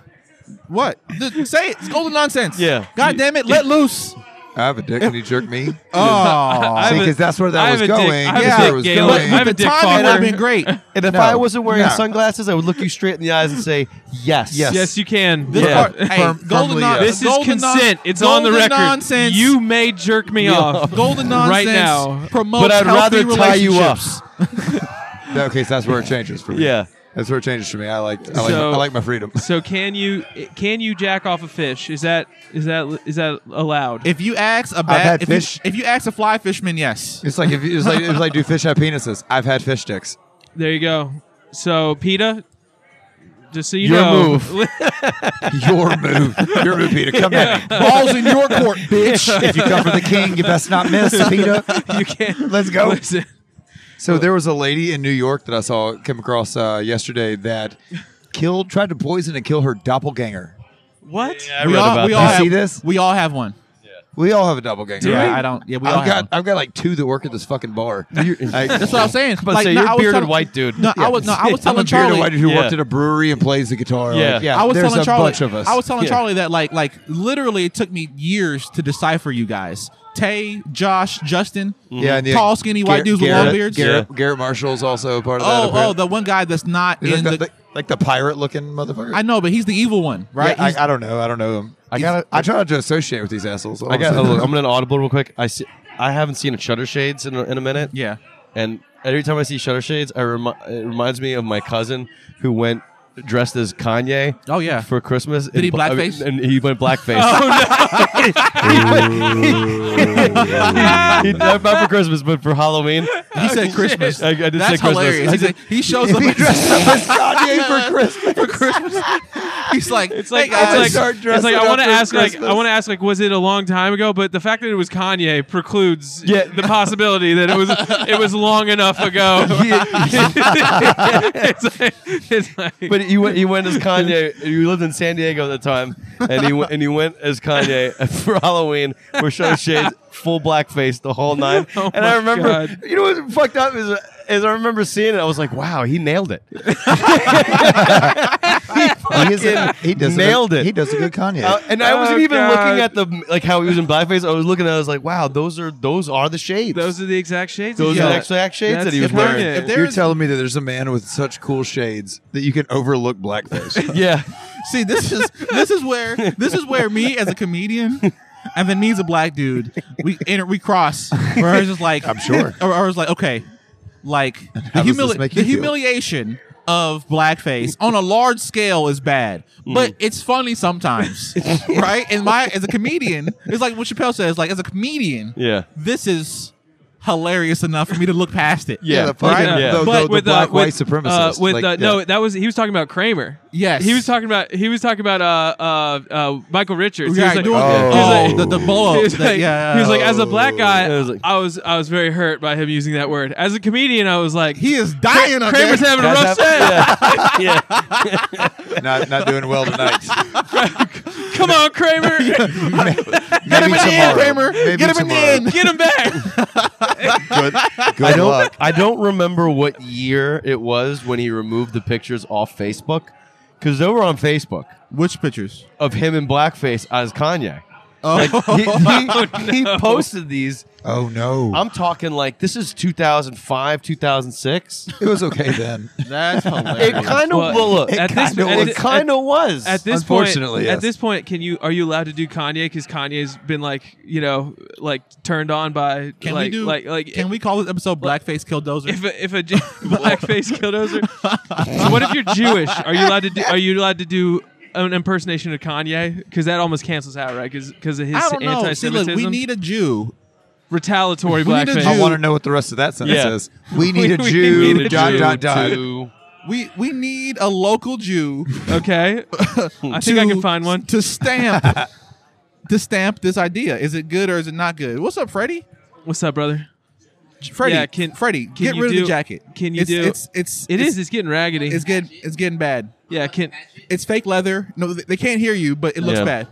Speaker 9: What? Th- say it. It's golden nonsense.
Speaker 8: Yeah.
Speaker 9: God damn it, let loose.
Speaker 7: I have a dick. Can you jerk me?
Speaker 9: Oh.
Speaker 6: I have a-
Speaker 7: because that's where that
Speaker 6: I
Speaker 7: was
Speaker 6: have a dick- I
Speaker 7: going.
Speaker 6: have a
Speaker 7: That's where it
Speaker 6: dick
Speaker 7: was
Speaker 6: gale.
Speaker 7: going.
Speaker 6: I have a dick
Speaker 9: Timing would have
Speaker 6: follower.
Speaker 9: been great.
Speaker 8: And if
Speaker 7: No.
Speaker 8: I wasn't wearing
Speaker 7: No.
Speaker 8: sunglasses, I would look you straight in the eyes and say, "Yes,
Speaker 7: Yes.
Speaker 6: yes, you can.
Speaker 9: This,
Speaker 8: Yeah.
Speaker 9: part, hey,
Speaker 7: Firm-
Speaker 9: golden
Speaker 7: firmly,
Speaker 9: non-
Speaker 7: yes.
Speaker 6: This is
Speaker 9: golden non-
Speaker 6: consent. it's on the
Speaker 9: golden
Speaker 6: record.
Speaker 9: Nonsense.
Speaker 6: You may jerk me off.
Speaker 9: golden nonsense
Speaker 6: Right now.
Speaker 9: promotes
Speaker 8: but I'd rather
Speaker 9: healthy
Speaker 8: tie you up."
Speaker 9: relationships.
Speaker 7: Okay, so that's where it changes for me.
Speaker 8: Yeah.
Speaker 7: that's where it changes for me. I like, I like,
Speaker 6: So-
Speaker 7: I like my freedom.
Speaker 6: So can you can you jack off a fish? Is that is that is that allowed?
Speaker 9: If you ask a
Speaker 7: had
Speaker 9: bad, if,
Speaker 7: fish.
Speaker 9: You, if you ask a fly fishman, yes.
Speaker 7: It's like if you- it's like it's like do fish have penises? I've had fish dicks.
Speaker 6: there you go. So Peta, just so you
Speaker 8: Your
Speaker 6: know,
Speaker 8: move.
Speaker 7: Your move, your move, Peter. Come at me.
Speaker 9: Balls in your court, bitch.
Speaker 7: If you come for the king, you best not miss, Peter.
Speaker 6: you can't.
Speaker 7: Let's go.
Speaker 6: Listen,
Speaker 7: So there was a lady in New York that I saw came across uh, yesterday that killed, tried to poison and kill her doppelganger.
Speaker 6: what?
Speaker 8: I read about
Speaker 7: You
Speaker 8: that.
Speaker 9: have,
Speaker 7: see this?
Speaker 9: We all have one.
Speaker 7: We all have a doppelganger.
Speaker 6: Do
Speaker 7: right?
Speaker 9: I don't.
Speaker 8: Oh,
Speaker 9: Yeah, we all
Speaker 7: I've
Speaker 9: have
Speaker 7: got,
Speaker 9: one.
Speaker 7: I've got like two that work at this fucking bar. I-
Speaker 9: That's what I'm saying.
Speaker 8: But say you're
Speaker 9: no, I
Speaker 8: a
Speaker 9: was
Speaker 8: bearded
Speaker 9: telling-
Speaker 8: white dude.
Speaker 9: No, I was no, I was
Speaker 7: I'm a
Speaker 9: telling
Speaker 7: bearded
Speaker 9: Charlie.
Speaker 7: white dude who
Speaker 8: Yeah.
Speaker 7: worked at a brewery and plays the guitar. Like,
Speaker 8: Yeah.
Speaker 7: yeah.
Speaker 9: I was
Speaker 7: there's
Speaker 9: telling
Speaker 7: a
Speaker 9: Charlie.
Speaker 7: bunch of us.
Speaker 9: I was telling
Speaker 8: Yeah.
Speaker 9: Charlie that like like literally it took me years to decipher you guys. Tay, Josh, Justin.
Speaker 7: yeah, and the-
Speaker 9: Tall, skinny white dudes with long
Speaker 7: Garrett-
Speaker 9: beards?
Speaker 7: Garrett, Garrett Marshall's also a part of
Speaker 9: Oh,
Speaker 7: that.
Speaker 9: oh,
Speaker 7: apparently.
Speaker 9: the one guy that's not
Speaker 7: He's
Speaker 9: in
Speaker 7: like,
Speaker 9: the.
Speaker 7: the, like the pirate looking motherfucker.
Speaker 9: I know, but he's the evil one, right?
Speaker 7: Yeah,
Speaker 9: He's-
Speaker 7: I, I don't know. I don't know him. I got. I try not to associate with these assholes.
Speaker 8: I got.
Speaker 7: honestly.
Speaker 8: look, I'm gonna audible real quick. I see, I haven't seen a Shutter Shades in a, in a minute.
Speaker 9: yeah.
Speaker 8: And every time I see Shutter Shades, I remi- it reminds me of my cousin who went dressed as Kanye.
Speaker 9: Oh, yeah.
Speaker 8: for Christmas. Did
Speaker 9: he blackface?
Speaker 8: and he went blackface. oh no! he, not for Christmas, but for Halloween.
Speaker 9: He said Christmas.
Speaker 8: I, I did say
Speaker 9: That's
Speaker 8: Christmas.
Speaker 9: hilarious.
Speaker 8: I
Speaker 9: He's
Speaker 8: did-
Speaker 9: like- he shows up.
Speaker 7: He dressed up as Kanye for Christmas.
Speaker 9: for Christmas. He's like,
Speaker 6: It's like,
Speaker 9: hey guys,
Speaker 6: it's like,
Speaker 7: start
Speaker 6: it's like
Speaker 7: dressing
Speaker 6: I
Speaker 7: up
Speaker 6: want to
Speaker 7: for
Speaker 6: ask, like,
Speaker 7: Christmas.
Speaker 6: I want to ask, like, was it a long time ago? But the fact that it was Kanye precludes
Speaker 8: Yeah.
Speaker 6: the possibility that it was it was long enough ago. it's like, it's like,
Speaker 8: but he went. He went as Kanye. He lived in San Diego at the time, and he went, and he went as Kanye for Halloween for Shutter Shades, full blackface, the whole nine.
Speaker 6: Oh
Speaker 8: and I
Speaker 6: my
Speaker 8: remember,
Speaker 6: God.
Speaker 8: you know what fucked up is. uh, as I remember seeing it, I was like, "Wow, he nailed it."
Speaker 7: He is a-
Speaker 8: fucking
Speaker 7: he does a good-
Speaker 8: nailed it.
Speaker 7: He does a good Kanye.
Speaker 8: Uh, and I wasn't
Speaker 6: Oh,
Speaker 8: even
Speaker 6: God.
Speaker 8: looking at the like how he was in blackface. I was looking at. it, I was like, "Wow, those are those are the shades.
Speaker 6: Those are the exact shades.
Speaker 8: Those
Speaker 6: he
Speaker 8: are the
Speaker 6: got.
Speaker 8: exact shades
Speaker 6: That's
Speaker 8: that he was
Speaker 6: the point.
Speaker 8: wearing."
Speaker 6: If
Speaker 9: there
Speaker 7: You're
Speaker 9: is-
Speaker 7: telling me that there's a man with such cool shades that you can overlook blackface.
Speaker 8: yeah,
Speaker 9: See, this is this is where this is where me as a comedian and then me as a black dude we inter- we cross where I was just like I'm
Speaker 7: sure.
Speaker 9: or, or I was like okay like the,
Speaker 7: does
Speaker 9: humili-
Speaker 7: this make
Speaker 9: the
Speaker 7: you feel?
Speaker 9: humiliation of blackface on a large scale is bad but it's funny sometimes right and my as a comedian it's like what Chappelle says like as a comedian
Speaker 8: yeah,
Speaker 9: this is hilarious enough for me to look past it
Speaker 8: yeah.
Speaker 7: the fucking
Speaker 6: Right?
Speaker 7: the-
Speaker 8: Yeah.
Speaker 7: the,
Speaker 6: But
Speaker 7: the
Speaker 6: with, uh,
Speaker 7: black
Speaker 6: with,
Speaker 7: white supremacist.
Speaker 6: uh, with
Speaker 7: Like,
Speaker 6: uh, no,
Speaker 7: yeah.
Speaker 6: that was he was talking about Kramer.
Speaker 9: Yes.
Speaker 6: he was talking about he was talking about uh uh, uh Michael Richards. He
Speaker 9: Yeah,
Speaker 6: was like, he
Speaker 9: doing the-
Speaker 6: was like-
Speaker 9: oh, the- the blow up
Speaker 6: He was
Speaker 9: that-
Speaker 6: like,
Speaker 9: yeah, oh.
Speaker 6: he was like, as a black guy,
Speaker 8: It was like-
Speaker 6: I was I was very hurt by him using that word. As a comedian, I was like,
Speaker 9: he is dying up
Speaker 6: Kramer's
Speaker 9: there.
Speaker 6: having a rough
Speaker 8: That's
Speaker 6: set.
Speaker 8: hap- yeah. yeah.
Speaker 7: not not doing well tonight.
Speaker 6: Come on, Kramer,
Speaker 7: Get
Speaker 9: him in the end, Kramer. Get him in the end.
Speaker 6: get him back.
Speaker 7: Good, good
Speaker 8: I don't.
Speaker 7: luck.
Speaker 8: I don't remember what year it was when he removed the pictures off Facebook because they were on Facebook
Speaker 9: which pictures
Speaker 8: of him in blackface as Kanye.
Speaker 9: oh
Speaker 8: Like, he, he, he posted these.
Speaker 7: Oh no,
Speaker 8: I'm talking like this is 2005, 2006.
Speaker 7: it was okay then.
Speaker 9: that's hilarious
Speaker 8: It kind of
Speaker 6: Well,
Speaker 8: look.
Speaker 6: at
Speaker 8: It
Speaker 6: this-
Speaker 8: kind of
Speaker 6: at
Speaker 8: was.
Speaker 6: this-
Speaker 8: It kind of was.
Speaker 6: At this
Speaker 7: Unfortunately,
Speaker 6: point,
Speaker 7: yes.
Speaker 6: at this point, can you are you allowed to do Kanye? Because Kanye's been like you know like turned on by
Speaker 9: Can
Speaker 6: like
Speaker 9: we do?
Speaker 6: like like
Speaker 9: can we call this episode "Blackface Killdozer"?
Speaker 6: if a, if a Jew- blackface killdozer. so what if you're Jewish? Are you allowed to do? Are you allowed to do an impersonation of Kanye? Because that almost cancels out, right? Because of his
Speaker 9: I don't know. See, look,
Speaker 6: anti-Semitism.
Speaker 9: we need a Jew.
Speaker 6: retaliatory
Speaker 9: we need a
Speaker 6: blackface.
Speaker 7: I
Speaker 9: Jew.
Speaker 7: want to know what the rest of that sentence
Speaker 8: Yeah.
Speaker 7: is. We need a
Speaker 6: We
Speaker 7: Jew.
Speaker 6: need a
Speaker 7: dot
Speaker 6: Jew
Speaker 7: dot dot.
Speaker 8: to-
Speaker 9: We we need a local Jew.
Speaker 6: Okay, I think
Speaker 9: to-
Speaker 6: I can find one.
Speaker 9: to stamp to stamp this idea. Is it good or is it not good? What's up, Freddie?
Speaker 6: What's up, brother?
Speaker 9: Freddie,
Speaker 6: Yeah, can-
Speaker 9: Freddie,
Speaker 6: can
Speaker 9: get
Speaker 6: you
Speaker 9: rid of
Speaker 6: do-
Speaker 9: the jacket.
Speaker 6: can you
Speaker 9: it's,
Speaker 6: do-
Speaker 9: It's it's
Speaker 6: It
Speaker 9: it's,
Speaker 6: is. It's getting raggedy.
Speaker 9: It's getting it's getting bad.
Speaker 6: yeah, can
Speaker 9: It's fake leather. No, th- they can't hear you, but it looks
Speaker 8: Yeah.
Speaker 9: bad.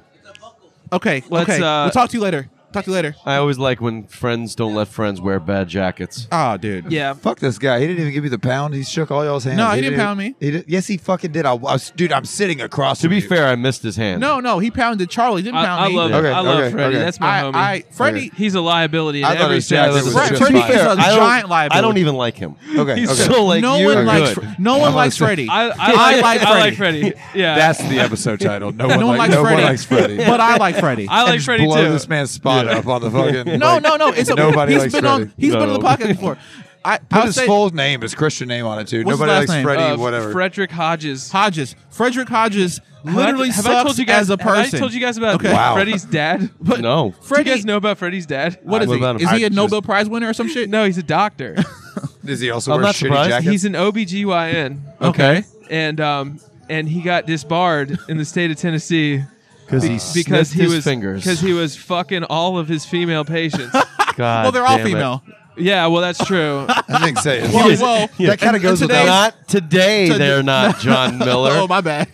Speaker 9: Okay,
Speaker 6: Let's,
Speaker 9: okay.
Speaker 6: uh,
Speaker 9: we'll talk to you later. Talk to you later.
Speaker 8: I always like when friends don't let friends wear bad jackets.
Speaker 9: Oh, dude.
Speaker 6: yeah.
Speaker 7: Fuck this guy. He didn't even give you the pound. He shook all y'all's hands.
Speaker 9: No, he didn't pound me.
Speaker 7: He did, yes, he fucking did. I, I was, dude, I'm sitting across.
Speaker 8: To
Speaker 7: from
Speaker 8: be
Speaker 7: you.
Speaker 8: fair, I missed his hand.
Speaker 9: No, no, he pounded Charlie. He Didn't
Speaker 6: I,
Speaker 9: pound
Speaker 6: I
Speaker 9: me.
Speaker 6: love,
Speaker 7: Okay,
Speaker 6: I love
Speaker 7: okay,
Speaker 6: Freddie.
Speaker 7: okay.
Speaker 6: That's my
Speaker 9: I,
Speaker 6: homie.
Speaker 9: I, Freddie,
Speaker 6: He's a liability in
Speaker 7: I thought it
Speaker 6: every
Speaker 7: was Jack. It
Speaker 6: sense.
Speaker 7: was
Speaker 9: Right,
Speaker 7: just
Speaker 9: Freddie
Speaker 7: fine.
Speaker 9: is a
Speaker 8: I don't-
Speaker 9: giant liability.
Speaker 8: I don't even like him.
Speaker 7: Okay,
Speaker 8: He's
Speaker 7: okay.
Speaker 8: so like
Speaker 9: no
Speaker 8: you
Speaker 9: one
Speaker 8: are
Speaker 9: likes
Speaker 8: good.
Speaker 9: Fre- no one likes Freddie.
Speaker 6: I, I,
Speaker 9: I like
Speaker 6: I like Freddie. Yeah,
Speaker 7: That's the episode title. No one,
Speaker 9: no one
Speaker 7: like-
Speaker 9: likes
Speaker 7: no
Speaker 9: Freddie.
Speaker 7: One likes Freddie.
Speaker 9: but I like Freddie.
Speaker 6: I like
Speaker 7: Just
Speaker 6: Freddie
Speaker 7: blow
Speaker 6: too.
Speaker 7: this man's spot up on the fucking.
Speaker 9: no,
Speaker 7: like,
Speaker 9: no, no. It's a,
Speaker 7: nobody
Speaker 9: he's
Speaker 7: likes
Speaker 9: been
Speaker 7: Freddie.
Speaker 9: on. He's been on
Speaker 8: No.
Speaker 9: the podcast before. I
Speaker 7: Put
Speaker 9: I'll
Speaker 7: his
Speaker 9: say
Speaker 7: full name, his Christian name on it too.
Speaker 9: What's his
Speaker 7: Nobody
Speaker 9: last
Speaker 7: likes
Speaker 9: name?
Speaker 7: Freddie.
Speaker 6: Uh,
Speaker 7: whatever.
Speaker 6: Frederick Hodges.
Speaker 9: Hodges, Frederick Hodges, literally
Speaker 6: have
Speaker 9: sucks
Speaker 6: I told you guys
Speaker 9: as a
Speaker 6: Have
Speaker 9: person.
Speaker 6: I told you guys about
Speaker 9: Okay.
Speaker 7: Wow.
Speaker 6: Freddie's dad? But
Speaker 8: No.
Speaker 6: Freddie, you
Speaker 9: Freddie,
Speaker 6: guys know about Freddie's dad?
Speaker 9: what is
Speaker 8: What
Speaker 9: he?
Speaker 8: about him?
Speaker 9: Is he
Speaker 7: I
Speaker 9: a
Speaker 7: just-
Speaker 9: Nobel Prize winner or some shit?
Speaker 6: No, he's a doctor.
Speaker 7: Does he also
Speaker 8: I'm
Speaker 7: wear
Speaker 8: not
Speaker 7: shitty
Speaker 8: surprised.
Speaker 7: jackets?
Speaker 6: he's an OBGYN.
Speaker 8: Okay.
Speaker 6: And um and he got disbarred in the state of Tennessee
Speaker 8: Because he
Speaker 6: because he
Speaker 8: his
Speaker 6: was
Speaker 8: fingers.
Speaker 6: because he was fucking all of his female patients.
Speaker 8: God
Speaker 9: Well, they're all
Speaker 8: damn it.
Speaker 9: female.
Speaker 6: yeah, well that's true.
Speaker 7: I think say
Speaker 9: Well,
Speaker 7: it.
Speaker 9: well,
Speaker 7: That kind of goes
Speaker 9: and
Speaker 7: without.
Speaker 9: today-
Speaker 8: Not today. They're not John Miller.
Speaker 9: oh my bad.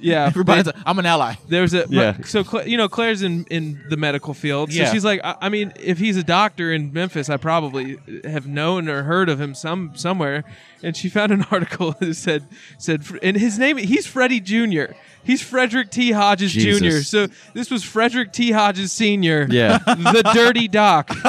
Speaker 6: Yeah.
Speaker 9: Everybody's. A, I'm an ally.
Speaker 6: There's a
Speaker 8: Yeah.
Speaker 6: so Cla- you know Claire's in in the medical field. So
Speaker 9: Yeah.
Speaker 6: she's like, I, I mean, if he's a doctor in Memphis, I probably have known or heard of him some somewhere. And she found an article that said said and his name he's Freddie Jr. He's Frederick T. Hodges
Speaker 8: Jesus.
Speaker 6: Jr. So this was Frederick T. Hodges Sr.
Speaker 8: Yeah.
Speaker 6: the dirty doc who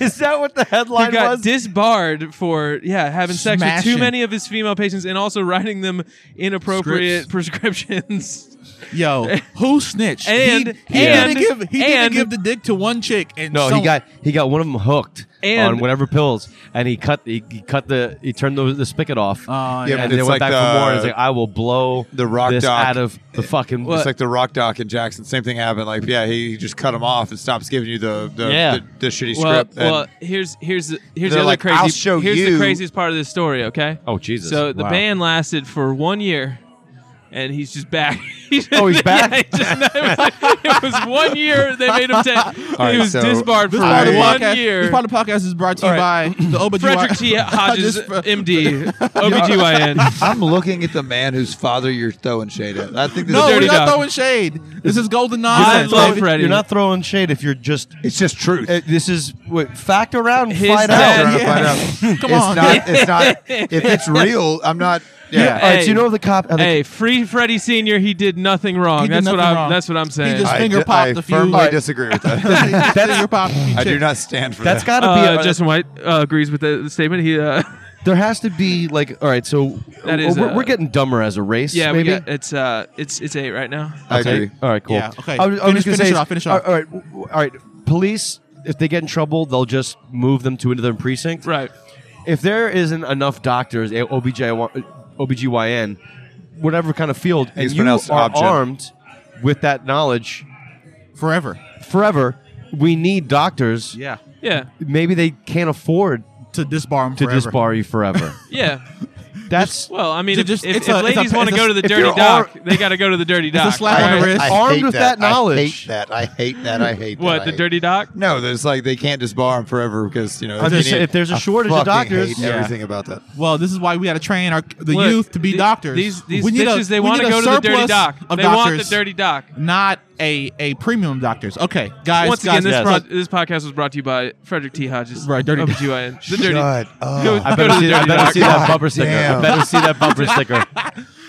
Speaker 8: Is that what the headline
Speaker 6: got
Speaker 8: was?
Speaker 6: disbarred for yeah having sex with
Speaker 9: Smashing.
Speaker 6: too many of his female patients and also writing them inappropriate prescriptions.
Speaker 9: Yo, who snitched?
Speaker 6: And-
Speaker 9: he, he
Speaker 6: and-
Speaker 9: didn't give he
Speaker 6: and-
Speaker 9: didn't give the dick to one chick. And
Speaker 8: no,
Speaker 9: some-
Speaker 8: he got he got one of them hooked
Speaker 6: And-
Speaker 8: on whatever pills, and he cut he, he cut the he turned the, the spigot off.
Speaker 9: Oh,
Speaker 7: Yeah,
Speaker 9: yeah.
Speaker 7: but
Speaker 8: and they
Speaker 7: it's
Speaker 8: went
Speaker 7: like
Speaker 8: back
Speaker 7: the-
Speaker 8: for more. And he's like, I will blow
Speaker 7: the Rock
Speaker 8: this
Speaker 7: Doc-
Speaker 8: out of the fucking.
Speaker 7: It's like the Rock Doc and Jackson. Same thing happened. Like, yeah, he just cut him off and stops giving you the the,
Speaker 8: Yeah.
Speaker 7: the, the shitty
Speaker 6: Well,
Speaker 7: script. and-
Speaker 6: well, here's here's the- here's the
Speaker 7: They're
Speaker 6: other
Speaker 7: like,
Speaker 6: crazy.
Speaker 7: "I'll show
Speaker 6: here's
Speaker 7: you."
Speaker 6: the craziest part of this story. Okay.
Speaker 8: Oh, Jesus.
Speaker 6: So the
Speaker 8: Wow.
Speaker 6: ban lasted for one year, and he's just back. He's just-
Speaker 8: Oh, he's
Speaker 6: yeah,
Speaker 8: back?
Speaker 6: he just- it, was like- it was one year they made him take. he
Speaker 7: right,
Speaker 6: was
Speaker 7: so
Speaker 6: disbarred for
Speaker 9: This part, of the
Speaker 6: one
Speaker 9: podcast,
Speaker 6: year.
Speaker 9: this part of the podcast is brought to you by the OBGY.
Speaker 6: Frederick T. Hodges,
Speaker 9: Hodges,
Speaker 6: MD, OBGYN.
Speaker 7: I'm looking at the man whose father you're throwing shade at. I think this is
Speaker 9: No, we're
Speaker 6: Dirty
Speaker 9: not
Speaker 6: dog.
Speaker 9: throwing shade. This is golden
Speaker 6: I
Speaker 9: nonsense.
Speaker 6: love
Speaker 9: baby.
Speaker 6: Freddy.
Speaker 8: You're not throwing shade if you're just.
Speaker 7: it's just truth.
Speaker 8: uh, this is what, fact around,
Speaker 6: His
Speaker 8: fight
Speaker 6: dad-
Speaker 8: out.
Speaker 7: Trying to
Speaker 9: yeah.
Speaker 7: find out.
Speaker 9: Come
Speaker 7: it's
Speaker 9: on.
Speaker 7: not. It's not. If it's real, I'm not. Yeah.
Speaker 8: All right,
Speaker 6: Hey.
Speaker 8: so you know the cop. how the-
Speaker 6: Hey, free Freddie Senior. He did nothing wrong.
Speaker 9: He did
Speaker 6: that's
Speaker 9: nothing
Speaker 6: what I'm.
Speaker 9: wrong.
Speaker 6: That's what I'm saying.
Speaker 9: just- His finger
Speaker 7: di-
Speaker 9: popped
Speaker 7: I
Speaker 9: a few-
Speaker 7: firmly
Speaker 9: Alright.
Speaker 7: disagree with that.
Speaker 9: That's your pop.
Speaker 7: I do not stand for
Speaker 8: that's
Speaker 7: that.
Speaker 8: got to be.
Speaker 6: uh,
Speaker 8: a-
Speaker 6: Justin White uh, agrees with the, the statement. He, uh,
Speaker 8: there has to be like. All right, so
Speaker 6: That is
Speaker 8: we're,
Speaker 6: a-
Speaker 8: we're getting dumber as a race.
Speaker 6: yeah, we
Speaker 8: maybe.
Speaker 6: got, it's uh, it's it's eight right now.
Speaker 7: I
Speaker 8: Okay.
Speaker 7: agree.
Speaker 8: All right, cool.
Speaker 9: Yeah, okay.
Speaker 8: I was- I was
Speaker 9: Finish-
Speaker 8: gonna
Speaker 9: finish
Speaker 8: say
Speaker 9: it off, finish
Speaker 6: uh,
Speaker 9: it off.
Speaker 8: All right, all right. Police, if they get in trouble, they'll just move them to another precinct.
Speaker 6: Right.
Speaker 8: If there isn't enough doctors, eh, OBJ, OBGYN, whatever kind of field, and
Speaker 7: It's
Speaker 8: you are
Speaker 7: pronounced objet.
Speaker 8: armed with that knowledge
Speaker 6: uh,
Speaker 9: Forever.
Speaker 8: forever, we need doctors.
Speaker 9: Yeah.
Speaker 6: Yeah.
Speaker 8: Maybe they can't afford
Speaker 9: To disbar him
Speaker 8: to
Speaker 9: forever.
Speaker 8: disbar you forever.
Speaker 6: Yeah.
Speaker 8: That's
Speaker 6: Well, I mean,
Speaker 9: Ju-
Speaker 6: if,
Speaker 9: just-
Speaker 6: if,
Speaker 9: it's
Speaker 6: if
Speaker 9: a- it's
Speaker 6: ladies
Speaker 9: a-
Speaker 6: want to
Speaker 9: it's a-
Speaker 6: go to the
Speaker 9: if
Speaker 6: dirty
Speaker 9: you're
Speaker 6: dock, they got to go to the dirty dock.
Speaker 9: slap on the
Speaker 6: right?
Speaker 9: wrist. I
Speaker 8: armed with that knowledge.
Speaker 7: I hate that. I hate that. I hate that.
Speaker 6: What
Speaker 7: I
Speaker 6: the
Speaker 7: hate-
Speaker 6: dirty dock?
Speaker 7: No, there's like they can't disbar him forever because you know
Speaker 8: I'm
Speaker 7: they
Speaker 8: just
Speaker 7: need-
Speaker 8: saying, if there's a
Speaker 7: I
Speaker 8: shortage of
Speaker 7: fucking
Speaker 8: doctors-
Speaker 7: hate
Speaker 8: Yeah.
Speaker 7: everything about that.
Speaker 9: Well, this is why we got to train our the
Speaker 6: Look,
Speaker 9: youth to be
Speaker 6: the-
Speaker 9: doctors.
Speaker 6: These these
Speaker 9: we need a-
Speaker 6: bitches, they
Speaker 9: we
Speaker 6: want
Speaker 9: need
Speaker 6: to
Speaker 9: a
Speaker 6: go to the dirty
Speaker 9: surplus
Speaker 6: dock.
Speaker 9: Of
Speaker 6: They
Speaker 9: doctors,
Speaker 6: want the dirty dock.
Speaker 9: not a a premium doctors. Okay, guys.
Speaker 6: Once
Speaker 9: guys,
Speaker 6: again, this,
Speaker 9: guys,
Speaker 6: pro-
Speaker 9: look,
Speaker 6: this podcast was brought to you by Frederick T. Hodges.
Speaker 9: Right, dirty dock.
Speaker 6: OBGYN. The dirty.
Speaker 7: Shut
Speaker 6: Go,
Speaker 7: up.
Speaker 6: go
Speaker 8: I better
Speaker 6: to the
Speaker 8: see, I
Speaker 6: dirty
Speaker 8: better
Speaker 6: dock.
Speaker 8: see that
Speaker 7: God
Speaker 8: bumper sticker. I
Speaker 7: damn.
Speaker 8: better see that bumper sticker.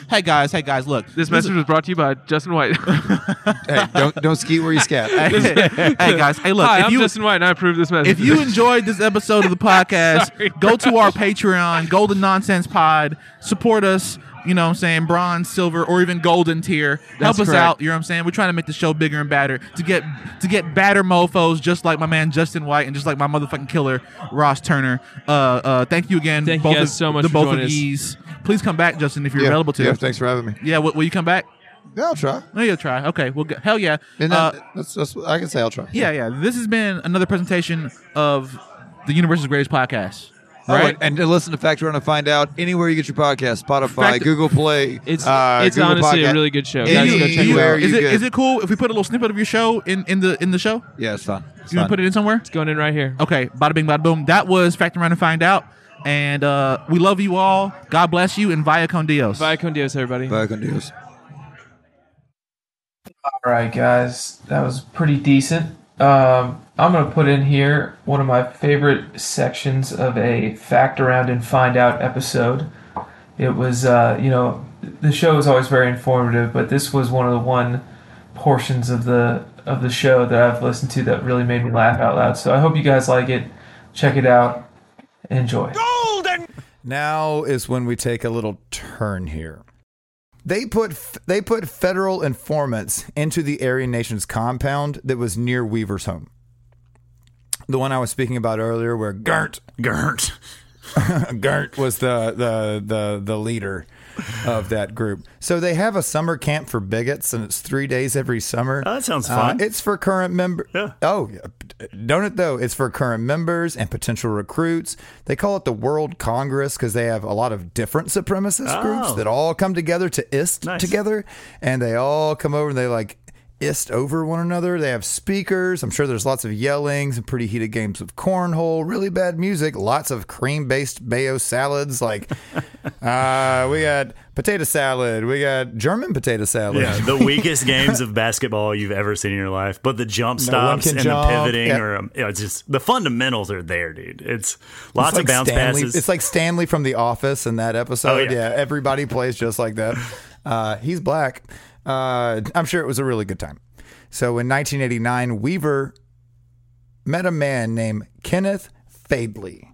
Speaker 9: hey guys, hey guys, look.
Speaker 6: This message was brought to you by Justin White.
Speaker 7: hey, don't don't ski where you scat.
Speaker 9: hey guys, hey look.
Speaker 6: Hi,
Speaker 9: if
Speaker 6: I'm
Speaker 9: you
Speaker 6: Justin White, and I approve this message.
Speaker 9: if you enjoyed this episode of the podcast,
Speaker 6: Sorry,
Speaker 9: go to our Patreon, Golden Nonsense Pod. Support us. You know what I'm saying? Bronze, silver, or even golden tier. Help
Speaker 6: That's
Speaker 9: us
Speaker 6: correct.
Speaker 9: out. You know what I'm saying? We're trying to make the show bigger and badder to get to get badder mofos just like my man Justin White and just like my motherfucking killer Ross Turner. Uh, uh, thank you again.
Speaker 6: Thank you
Speaker 9: both
Speaker 6: guys
Speaker 9: of,
Speaker 6: so much
Speaker 9: the
Speaker 6: for
Speaker 9: both
Speaker 6: joining
Speaker 9: of
Speaker 6: us.
Speaker 9: these. Please come back, Justin, if you're
Speaker 7: Yeah,
Speaker 9: available to.
Speaker 7: yeah, thanks for having me.
Speaker 9: Yeah, will, will you come back?
Speaker 7: Yeah, I'll try.
Speaker 9: No, you'll try. Okay, well, g- hell yeah.
Speaker 7: And
Speaker 9: Uh,
Speaker 7: that, that's, that's what I can say. I'll try.
Speaker 9: yeah, yeah. This has been another presentation of the Universe's Greatest Podcast.
Speaker 7: All
Speaker 6: Right.
Speaker 7: right. And to listen to Factor Run and find out anywhere you get your podcast, Spotify,
Speaker 6: Fact-
Speaker 7: Google Play.
Speaker 6: It's-
Speaker 7: uh,
Speaker 6: it's
Speaker 7: Google
Speaker 6: honestly a
Speaker 7: Podcast.
Speaker 6: really good show.
Speaker 9: Do
Speaker 6: Guys, go
Speaker 9: you- do
Speaker 6: check
Speaker 9: you-
Speaker 6: it
Speaker 7: Anywhere
Speaker 6: out.
Speaker 7: you
Speaker 9: is it
Speaker 7: get-
Speaker 9: is it cool if we put a little snippet of your show in, in the in the show?
Speaker 7: Yeah, it's fun. It's
Speaker 9: You want
Speaker 7: fun.
Speaker 9: to put it in somewhere?
Speaker 6: It's going in right here.
Speaker 9: Okay, bada bing, bada boom. That was Factor Around and Find Out. And uh, we love you all. God bless you and via con Dios.
Speaker 6: Bye, con Dios, everybody.
Speaker 7: Bye, con Dios.
Speaker 11: All right, guys, that was pretty decent. Um, I'm gonna put in here one of my favorite sections of a fact around and find out episode. It was, uh, you know, the show is always very informative, but this was one of the one portions of the of the show that I've listened to that really made me laugh out loud. So I hope you guys like it. Check it out. Enjoy.
Speaker 3: Golden
Speaker 12: Now is when we take a little turn here. They put they put federal informants into the Aryan Nation's compound that was near Weaver's home. The one I was speaking about earlier, where Gert Gert Gert was the the the the leader of that group. So they have a summer camp for bigots, and it's three days every summer.
Speaker 2: Oh, that sounds
Speaker 12: Uh,
Speaker 2: fun.
Speaker 12: it's for current member.
Speaker 2: Yeah.
Speaker 12: Oh, yeah. don't it though? It's for current members and potential recruits. They call it the World Congress because they have a lot of different supremacist groups
Speaker 2: Oh.
Speaker 12: that all come together to ist
Speaker 2: Nice.
Speaker 12: together, and they all come over and they like ist over one another. They have speakers. I'm sure there's lots of yelling, some pretty heated games of cornhole, really bad music, lots of cream-based mayo salads. Like, uh, we got potato salad, we got German potato salad.
Speaker 2: Yeah, the weakest games of basketball you've ever seen in your life, but the jump
Speaker 12: No one
Speaker 2: stops
Speaker 12: can
Speaker 2: and
Speaker 12: jump.
Speaker 2: the pivoting
Speaker 12: Yeah.
Speaker 2: or um, you know, it's just the fundamentals are there, dude. It's lots of
Speaker 12: It's like
Speaker 2: bounce
Speaker 12: Stanley-
Speaker 2: passes.
Speaker 12: It's like Stanley from The Office in that episode.
Speaker 2: Oh,
Speaker 12: yeah.
Speaker 2: yeah.
Speaker 12: everybody plays just like that. Uh, he's black. Uh, I'm sure it was a really good time. So in 1989, Weaver met a man named Kenneth Fadley.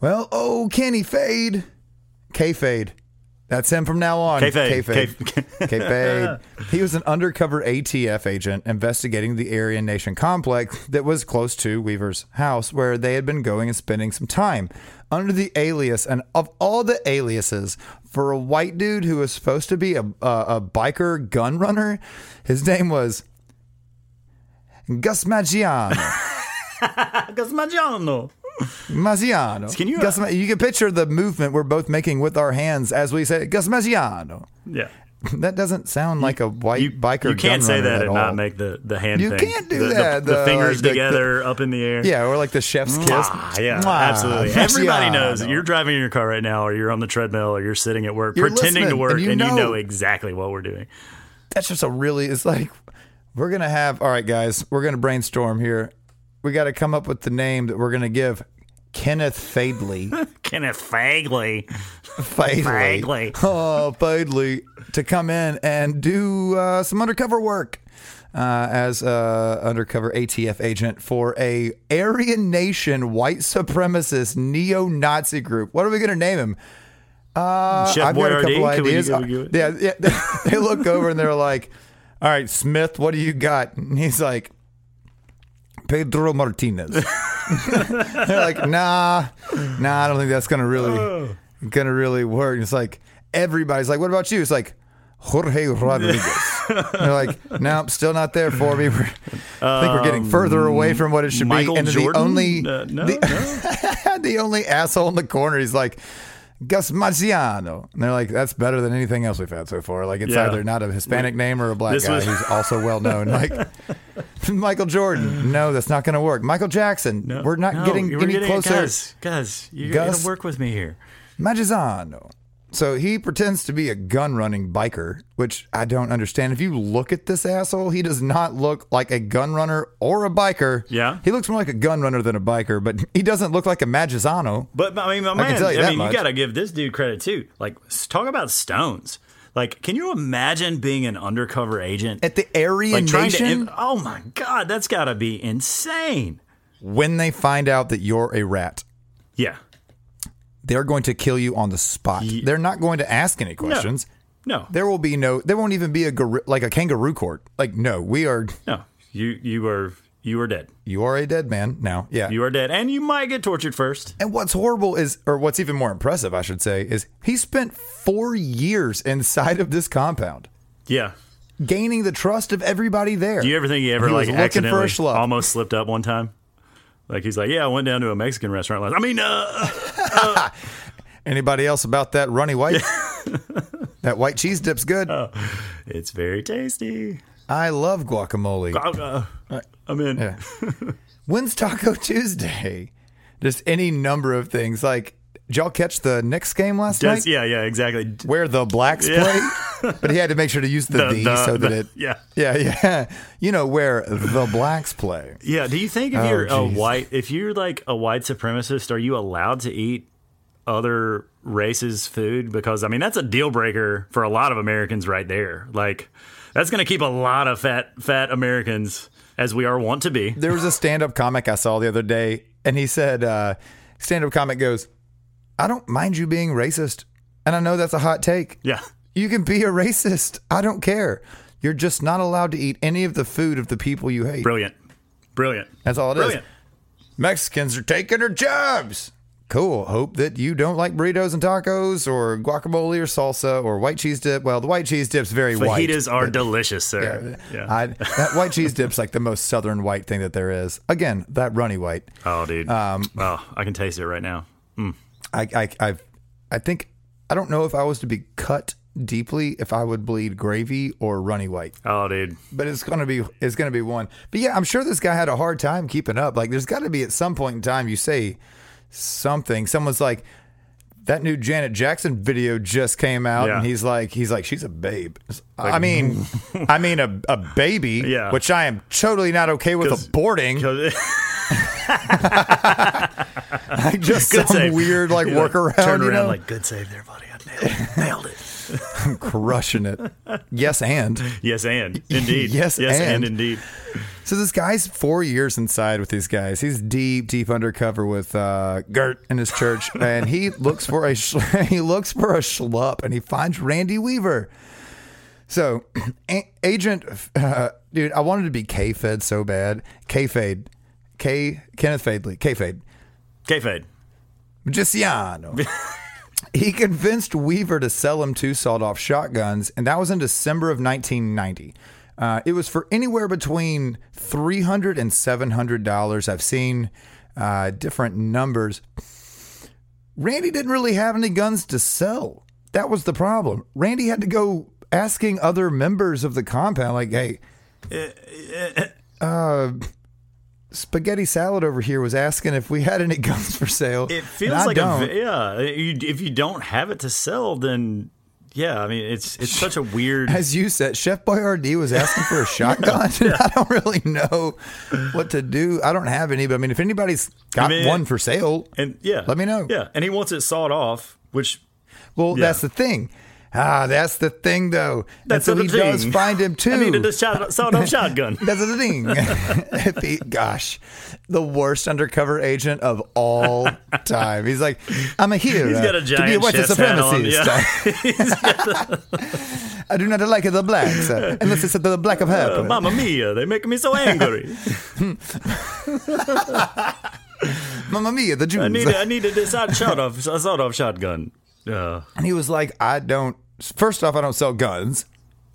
Speaker 12: Well, oh, Kenny Fade. K-Fade. That's him from now on.
Speaker 2: K-Fade.
Speaker 12: K-Fade.
Speaker 2: K-
Speaker 12: K-Fade. He was an undercover ATF agent investigating the Aryan Nation complex that was close to Weaver's house where they had been going and spending some time under the alias and of all the aliases for a white dude who was supposed to be a, a, a biker gun runner, his name was Gus Maggiano.
Speaker 2: Gasmagiano.
Speaker 12: Maziano. Can you, Gus, Ma- you can picture the movement we're both making with our hands as we say Gus Maziano.
Speaker 2: Yeah.
Speaker 12: That doesn't sound like a white biker.
Speaker 2: You can't
Speaker 12: gun
Speaker 2: say
Speaker 12: runner
Speaker 2: that
Speaker 12: at
Speaker 2: and
Speaker 12: all.
Speaker 2: not make the, the hand
Speaker 12: You
Speaker 2: thing.
Speaker 12: can't do
Speaker 2: The- the-
Speaker 12: that,
Speaker 2: The,
Speaker 12: though,
Speaker 2: fingers
Speaker 12: like the-
Speaker 2: together up in the air.
Speaker 12: Yeah, or like the chef's kiss.
Speaker 2: Mwah, yeah,
Speaker 12: Mwah,
Speaker 2: absolutely. Everybody
Speaker 12: Maziano.
Speaker 2: knows that you're driving in your car right now, or you're on the treadmill, or you're sitting at work
Speaker 12: You're
Speaker 2: pretending to
Speaker 12: listening,
Speaker 2: work,
Speaker 12: and you know-
Speaker 2: exactly what we're doing.
Speaker 12: that's just a really it's like we're gonna have all right guys we're gonna brainstorm here we gotta come up with the name that we're gonna give kenneth fadley
Speaker 2: Kenneth Fagley.
Speaker 12: fadley oh fadley to come in and do uh, some undercover work uh, as a undercover ATF agent for a Aryan Nation white supremacist neo-Nazi group, what are we going to name him? Uh,
Speaker 2: Chef
Speaker 12: I've got a couple
Speaker 2: Boyardee? Can we-
Speaker 12: ideas.
Speaker 2: can we do it?
Speaker 12: yeah, yeah. They, they look over and they're like, "All right, Smith, what do you got?" And he's like, "Pedro Martinez." they're like, "Nah, nah, I don't think that's gonna
Speaker 2: Oh.
Speaker 12: really, gonna really work." And it's like everybody's like, "What about you?" It's like Jorge Rodriguez. they're like, "Nope, still not there for me." We're, I think we're getting
Speaker 2: Um,
Speaker 12: further away from what it should
Speaker 2: Michael
Speaker 12: be. And then
Speaker 2: Jordan?
Speaker 12: the only
Speaker 2: Uh, no,
Speaker 12: the, the only asshole in the corner. He's like, Gus Marciano. And they're like, that's better than anything else we've had so far. Like, it's
Speaker 2: Yeah.
Speaker 12: either not a Hispanic name or a black
Speaker 2: This
Speaker 12: guy
Speaker 2: was-
Speaker 12: who's also well known. Like, Michael Jordan. No, that's not going to work. Michael Jackson. we're not
Speaker 2: No,
Speaker 12: getting
Speaker 2: we're
Speaker 12: any
Speaker 2: getting-
Speaker 12: closer.
Speaker 2: Guys, guys, you're going
Speaker 12: Gus-
Speaker 2: to work with me here.
Speaker 12: Magizano. So he pretends to be a gun running biker, which I don't understand. If you look at this asshole, he does not look like a gun runner or a biker.
Speaker 2: Yeah.
Speaker 12: He looks more like a gun runner than a biker, but he doesn't look like a Magizano.
Speaker 2: But I mean, my
Speaker 12: I can
Speaker 2: man,
Speaker 12: tell
Speaker 2: I,
Speaker 12: you that
Speaker 2: mean,
Speaker 12: much.
Speaker 2: you got to give this dude credit too. Like, s- talk about stones. Like, can you imagine being an undercover agent
Speaker 12: at the Aryan
Speaker 2: like, trying to
Speaker 12: Nation?
Speaker 2: in- oh my god, that's got to be insane.
Speaker 12: when they find out that you're a rat,
Speaker 2: Yeah.
Speaker 12: they're going to kill you on the spot. They're not going to ask any questions.
Speaker 2: No.
Speaker 12: There will be no. There won't even be a gor- like a kangaroo court. Like no, we are.
Speaker 2: No, you you are you are dead.
Speaker 12: You are a dead man now. Yeah.
Speaker 2: You are dead, and you might get tortured first.
Speaker 12: And what's horrible is, or what's even more impressive, I should say, is he spent four years inside of this compound,
Speaker 2: Yeah.
Speaker 12: gaining the trust of everybody there.
Speaker 2: Do you ever think he ever
Speaker 12: He
Speaker 2: like
Speaker 12: was looking for a
Speaker 2: accidentally
Speaker 12: schlub.
Speaker 2: almost slipped up one time? Like he's like, yeah, I went down to a Mexican restaurant. Last, I mean, uh,
Speaker 12: Anybody else about that runny white? that white cheese dip's good.
Speaker 2: Oh. it's very tasty.
Speaker 12: I love guacamole.
Speaker 2: Uh, I'm in.
Speaker 12: Yeah. When's Taco Tuesday? Just any number of things. Like, did y'all catch the Knicks game last
Speaker 2: Just-
Speaker 12: night?
Speaker 2: yeah, yeah, exactly.
Speaker 12: Where the blacks
Speaker 2: Yeah.
Speaker 12: play? But he had to make sure to use the,
Speaker 2: The-
Speaker 12: D
Speaker 2: the-
Speaker 12: so that
Speaker 2: the-
Speaker 12: it.
Speaker 2: yeah.
Speaker 12: Yeah, yeah. You know, where the blacks play.
Speaker 2: Yeah. Do you think if
Speaker 12: Oh,
Speaker 2: you're
Speaker 12: geez.
Speaker 2: a white, if you're like a white supremacist, are you allowed to eat other races' food? Because I mean, that's a deal breaker for a lot of Americans, right there. Like, that's going to keep a lot of fat, fat Americans as we are wont to be.
Speaker 12: There was a stand up comic I saw the other day, and he said, uh, stand up comic goes, I don't mind you being racist. And I know that's a hot take.
Speaker 2: Yeah.
Speaker 12: You can be a racist. I don't care. You're just not allowed to eat any of the food of the people you hate.
Speaker 2: Brilliant. Brilliant.
Speaker 12: That's all it is.
Speaker 2: Brilliant.
Speaker 12: Mexicans are taking our jobs. Cool. Hope that you don't like burritos and tacos or guacamole or salsa or white cheese dip. Well, the white cheese dip's very white.
Speaker 2: Fajitas are delicious, sir. Yeah.
Speaker 12: I, that white cheese dip's like the most southern white thing that there is. Again, that runny white.
Speaker 2: oh, dude.
Speaker 12: uh,
Speaker 2: oh, I can taste it right now. Mm.
Speaker 12: Um, I, I, I, I think I don't know if I was to be cut deeply if I would bleed gravy or runny white.
Speaker 2: Oh, dude.
Speaker 12: But it's gonna be it's gonna be one. But yeah, I'm sure this guy had a hard time keeping up. Like, there's got to be at some point in time you say something. Someone's like, "That new Janet Jackson video just came out,"
Speaker 2: Yeah.
Speaker 12: and he's like, "He's like, she's a babe." I
Speaker 2: Like-
Speaker 12: mean, I mean a, a baby,
Speaker 2: Yeah.
Speaker 12: which I am totally not okay with aborting. Like just
Speaker 2: Good
Speaker 12: some
Speaker 2: save.
Speaker 12: weird like
Speaker 2: You're
Speaker 12: workaround.
Speaker 2: Turn around
Speaker 12: you know?
Speaker 2: like good save there, buddy. I nailed it. nailed it.
Speaker 12: I'm crushing it. Yes, and
Speaker 2: Yes, and indeed.
Speaker 12: Yes,
Speaker 2: yes,
Speaker 12: and.
Speaker 2: and, indeed.
Speaker 12: so this guy's four years inside with these guys. He's deep, deep undercover with uh, Gert in his church, and he looks for a sh- he looks for a schlup, and he finds Randy Weaver. So, a- Agent, uh, dude, I wanted to be K Fed so bad. K Fade, K Kenneth Fadley, K Fade.
Speaker 2: K-Fed.
Speaker 12: Magiciano. he convinced Weaver to sell him two sawed off shotguns, and that was in December of 1990. Uh, it was for anywhere between $300 and $700 I've seen. uh, different numbers. Randy didn't really have any guns to sell. That was the problem. Randy had to go asking other members of the compound, like, hey, uh, Spaghetti Salad over here was asking if we had any guns for sale.
Speaker 2: It feels
Speaker 12: And I
Speaker 2: like
Speaker 12: don't.
Speaker 2: a vi- yeah. You, if you don't have it to sell, then yeah. I mean, it's it's such a weird.
Speaker 12: As you said, Chef Boyardee was asking for a shotgun. I don't really know what to do. I don't have any, but I mean, if anybody's got
Speaker 2: I mean,
Speaker 12: one for sale,
Speaker 2: and yeah,
Speaker 12: let me know.
Speaker 2: Yeah, and he wants it sawed off, which
Speaker 12: well, that's the thing. Ah, that's the thing, though.
Speaker 2: That's
Speaker 12: and so
Speaker 2: the
Speaker 12: he
Speaker 2: thing.
Speaker 12: does find him too.
Speaker 2: I needed a shot- sawed-off shotgun.
Speaker 12: that's the thing. If he- gosh, the worst undercover agent of all time. He's like, I'm a hero.
Speaker 2: He's got a
Speaker 12: to be a
Speaker 2: giant
Speaker 12: white
Speaker 2: chef's hat on,
Speaker 12: supremacist.
Speaker 2: yeah.
Speaker 12: I do not like the blacks uh, unless it's the black of
Speaker 2: uh,
Speaker 12: her.
Speaker 2: Mamma Mia, they're making me so angry.
Speaker 12: Mamma Mia, the Jews.
Speaker 2: I need I need a decide shot off a sawed off shotgun. Uh, Yeah,
Speaker 12: And he was like, I don't, first off, I don't sell guns.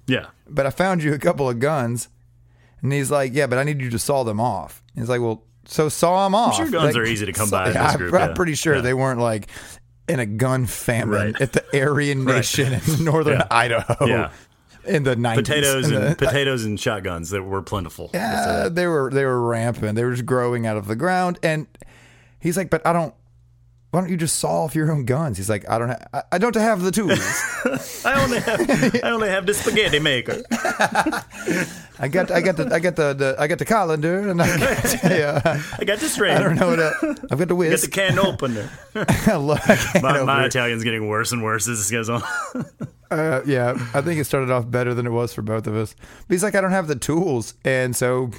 Speaker 2: Yeah.
Speaker 12: But I found you a couple of guns. And he's like, Yeah, but I need you to saw them off. He's like, Well, so saw them
Speaker 2: I'm
Speaker 12: off.
Speaker 2: sure guns
Speaker 12: Like,
Speaker 2: are easy to come
Speaker 12: saw-
Speaker 2: by in
Speaker 12: Yeah,
Speaker 2: this
Speaker 12: I'm-
Speaker 2: group,
Speaker 12: I'm
Speaker 2: yeah.
Speaker 12: pretty sure
Speaker 2: Yeah.
Speaker 12: they weren't like in a gun famine
Speaker 2: Right.
Speaker 12: at the Aryan
Speaker 2: Right.
Speaker 12: Nation in northern
Speaker 2: Yeah.
Speaker 12: Idaho
Speaker 2: Yeah.
Speaker 12: in the 90s.
Speaker 2: potatoes
Speaker 12: In
Speaker 2: and
Speaker 12: the-
Speaker 2: potatoes and shotguns that were plentiful.
Speaker 12: yeah, they were they were rampant. They were just growing out of the ground. And he's like, but I don't. Why don't you just saw off your own guns? He's like, I don't. Ha- I- I don't have the tools.
Speaker 2: I only have I only have the spaghetti maker.
Speaker 12: I got. I got the. I got the. the I got the colander, and I got. Yeah.
Speaker 2: I got the string.
Speaker 12: I don't know what. I, I've got the
Speaker 2: Get
Speaker 12: whisk.
Speaker 2: the can opener.
Speaker 12: I love that can
Speaker 2: My, my
Speaker 12: opener.
Speaker 2: Italian's getting worse and worse as this goes on.
Speaker 12: Uh, yeah, I think it started off better than it was for both of us. But he's like, I don't have the tools, and so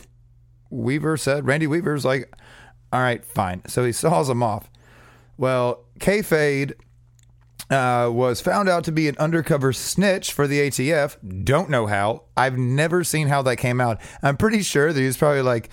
Speaker 12: Weaver said, Randy Weaver's like, all right, fine. So he saws him off. Well, Kayfade uh, was found out to be an undercover snitch for the ATF. Don't know how. I've never seen how that came out. I'm pretty sure that he was probably like.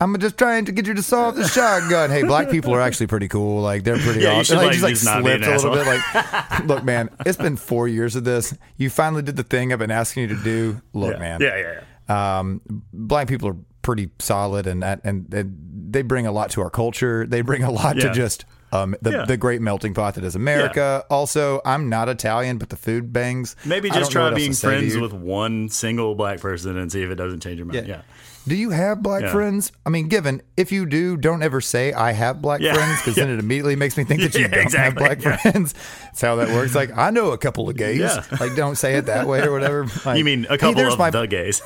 Speaker 12: I'm just trying to get you to solve the shotgun. Hey, black people are actually pretty cool. Like they're pretty
Speaker 2: Yeah, you
Speaker 12: awesome.
Speaker 2: should,
Speaker 12: And
Speaker 2: like,
Speaker 12: he just
Speaker 2: just not
Speaker 12: like
Speaker 2: be
Speaker 12: slipped
Speaker 2: an
Speaker 12: a little bit.
Speaker 2: asshole.
Speaker 12: Like Look, man, it's been four years of this. You finally did the thing I've been asking you to do. Look,
Speaker 2: Yeah.
Speaker 12: man.
Speaker 2: Yeah, yeah,
Speaker 12: Um, black people are pretty solid, and and, and they bring a lot to our culture. They bring a lot
Speaker 2: Yeah.
Speaker 12: to just um the,
Speaker 2: Yeah.
Speaker 12: the great melting pot that is America. Also, I'm not Italian, but the food bangs.
Speaker 2: Maybe
Speaker 12: I
Speaker 2: just
Speaker 12: don't
Speaker 2: try
Speaker 12: know what else to
Speaker 2: being
Speaker 12: say to
Speaker 2: friends
Speaker 12: you.
Speaker 2: with one single black person and see if it doesn't change your mind. Yeah.
Speaker 12: Do you have black
Speaker 2: Yeah.
Speaker 12: friends? I mean, given if you do, don't ever say I have black
Speaker 2: Yeah.
Speaker 12: friends because then
Speaker 2: Yeah.
Speaker 12: it immediately makes me think that you
Speaker 2: Yeah,
Speaker 12: don't
Speaker 2: exactly.
Speaker 12: have black friends. That's how that works. Like I know a couple of gays.
Speaker 2: Yeah.
Speaker 12: Like don't say it that way or whatever. Like,
Speaker 2: you mean
Speaker 12: "Hey,
Speaker 2: a couple
Speaker 12: there's
Speaker 2: of
Speaker 12: my
Speaker 2: the gays?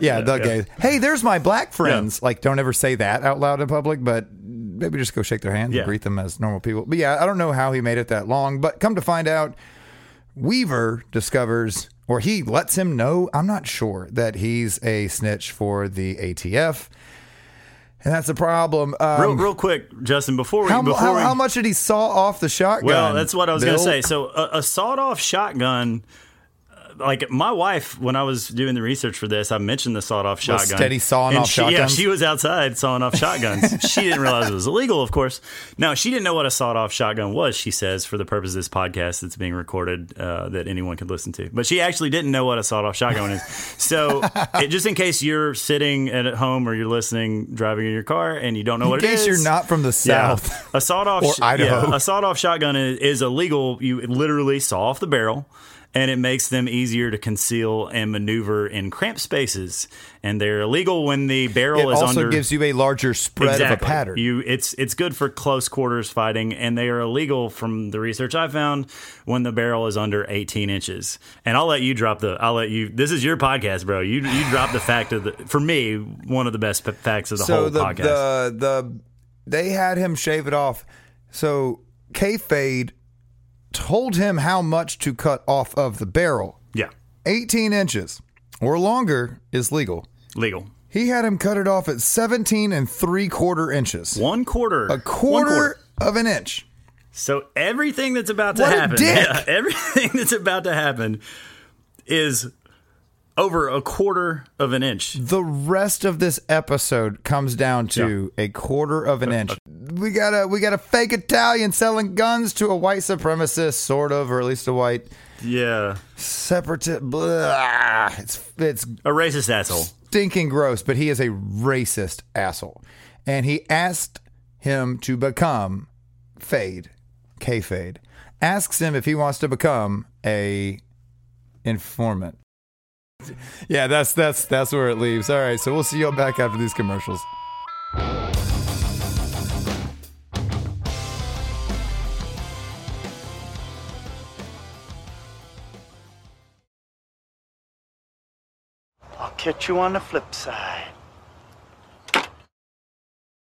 Speaker 12: yeah, the gays. Hey, there's my black friends. Like, don't ever say that out loud in public, but maybe just go shake their hands
Speaker 2: Yeah.
Speaker 12: and greet them as normal people. But yeah, I don't know how he made it that long, but come to find out, Weaver discovers, or he lets him know, I'm not sure, that he's a snitch for the ATF. And that's a problem. Um,
Speaker 2: real, real quick, Justin, before we
Speaker 12: how, mu-
Speaker 2: before
Speaker 12: how,
Speaker 2: we,
Speaker 12: how much did he saw off the shotgun?
Speaker 2: Well, that's what I was going to
Speaker 12: Bill?
Speaker 2: say. So, a, a sawed off shotgun, uh, like my wife, when I was doing the research for this, I mentioned the sawed off
Speaker 12: Was
Speaker 2: shotgun.
Speaker 12: steady sawing
Speaker 2: And
Speaker 12: off
Speaker 2: she, Yeah,
Speaker 12: shotguns?
Speaker 2: she was outside sawing off shotguns. she didn't realize it was illegal, of course. No, she didn't know what a sawed off shotgun was, she says, for the purpose of this podcast that's being recorded uh, that anyone could listen to. But she actually didn't know what a sawed off shotgun is. So, it, just in case you're sitting at home or you're listening, driving in your car, and you don't know
Speaker 12: In
Speaker 2: what it
Speaker 12: case
Speaker 2: is,
Speaker 12: you're not from the
Speaker 2: yeah.
Speaker 12: South.
Speaker 2: A sawed off
Speaker 12: Or Idaho.
Speaker 2: a sawed off shotgun is, is illegal. You literally saw off the barrel, and it makes them easier to conceal and maneuver in cramped spaces. And they're illegal when the barrel
Speaker 12: It
Speaker 2: is
Speaker 12: also
Speaker 2: under.
Speaker 12: gives you a larger spread of a
Speaker 2: Exactly.
Speaker 12: pattern.
Speaker 2: You, it's it's good for close quarters fighting, and they are illegal from the research I found when the barrel is under 18 inches. And I'll let you drop the. I'll let you. This is your podcast, bro. You you drop the fact of the for me one of the best p- facts of the whole
Speaker 12: the,
Speaker 2: podcast.
Speaker 12: The, the they had him shave it off. So Kayfade told him how much to cut off of the barrel.
Speaker 2: Yeah.
Speaker 12: 18 inches or longer is legal.
Speaker 2: Legal.
Speaker 12: He had him cut it off at 17 and three quarter inches.
Speaker 2: One quarter.
Speaker 12: A
Speaker 2: One quarter.
Speaker 12: quarter of an inch.
Speaker 2: So everything that's about to
Speaker 12: What a
Speaker 2: happen,
Speaker 12: dick!
Speaker 2: yeah, everything that's about to happen is over a quarter of an inch.
Speaker 12: The rest of this episode comes down to a quarter of an inch. We got a we got a fake Italian selling guns to a white supremacist, sort of, or at least a white
Speaker 2: Yeah,
Speaker 12: separatist. Blah. It's it's
Speaker 2: a racist asshole.
Speaker 12: stinking gross, but he is a racist asshole. And he asked him to become Fade, Kayfade. Asks him if he wants to become a informant. Yeah, that's that's that's where it leaves. All right, so we'll see y'all back after these commercials.
Speaker 13: I'll catch you on the flip side.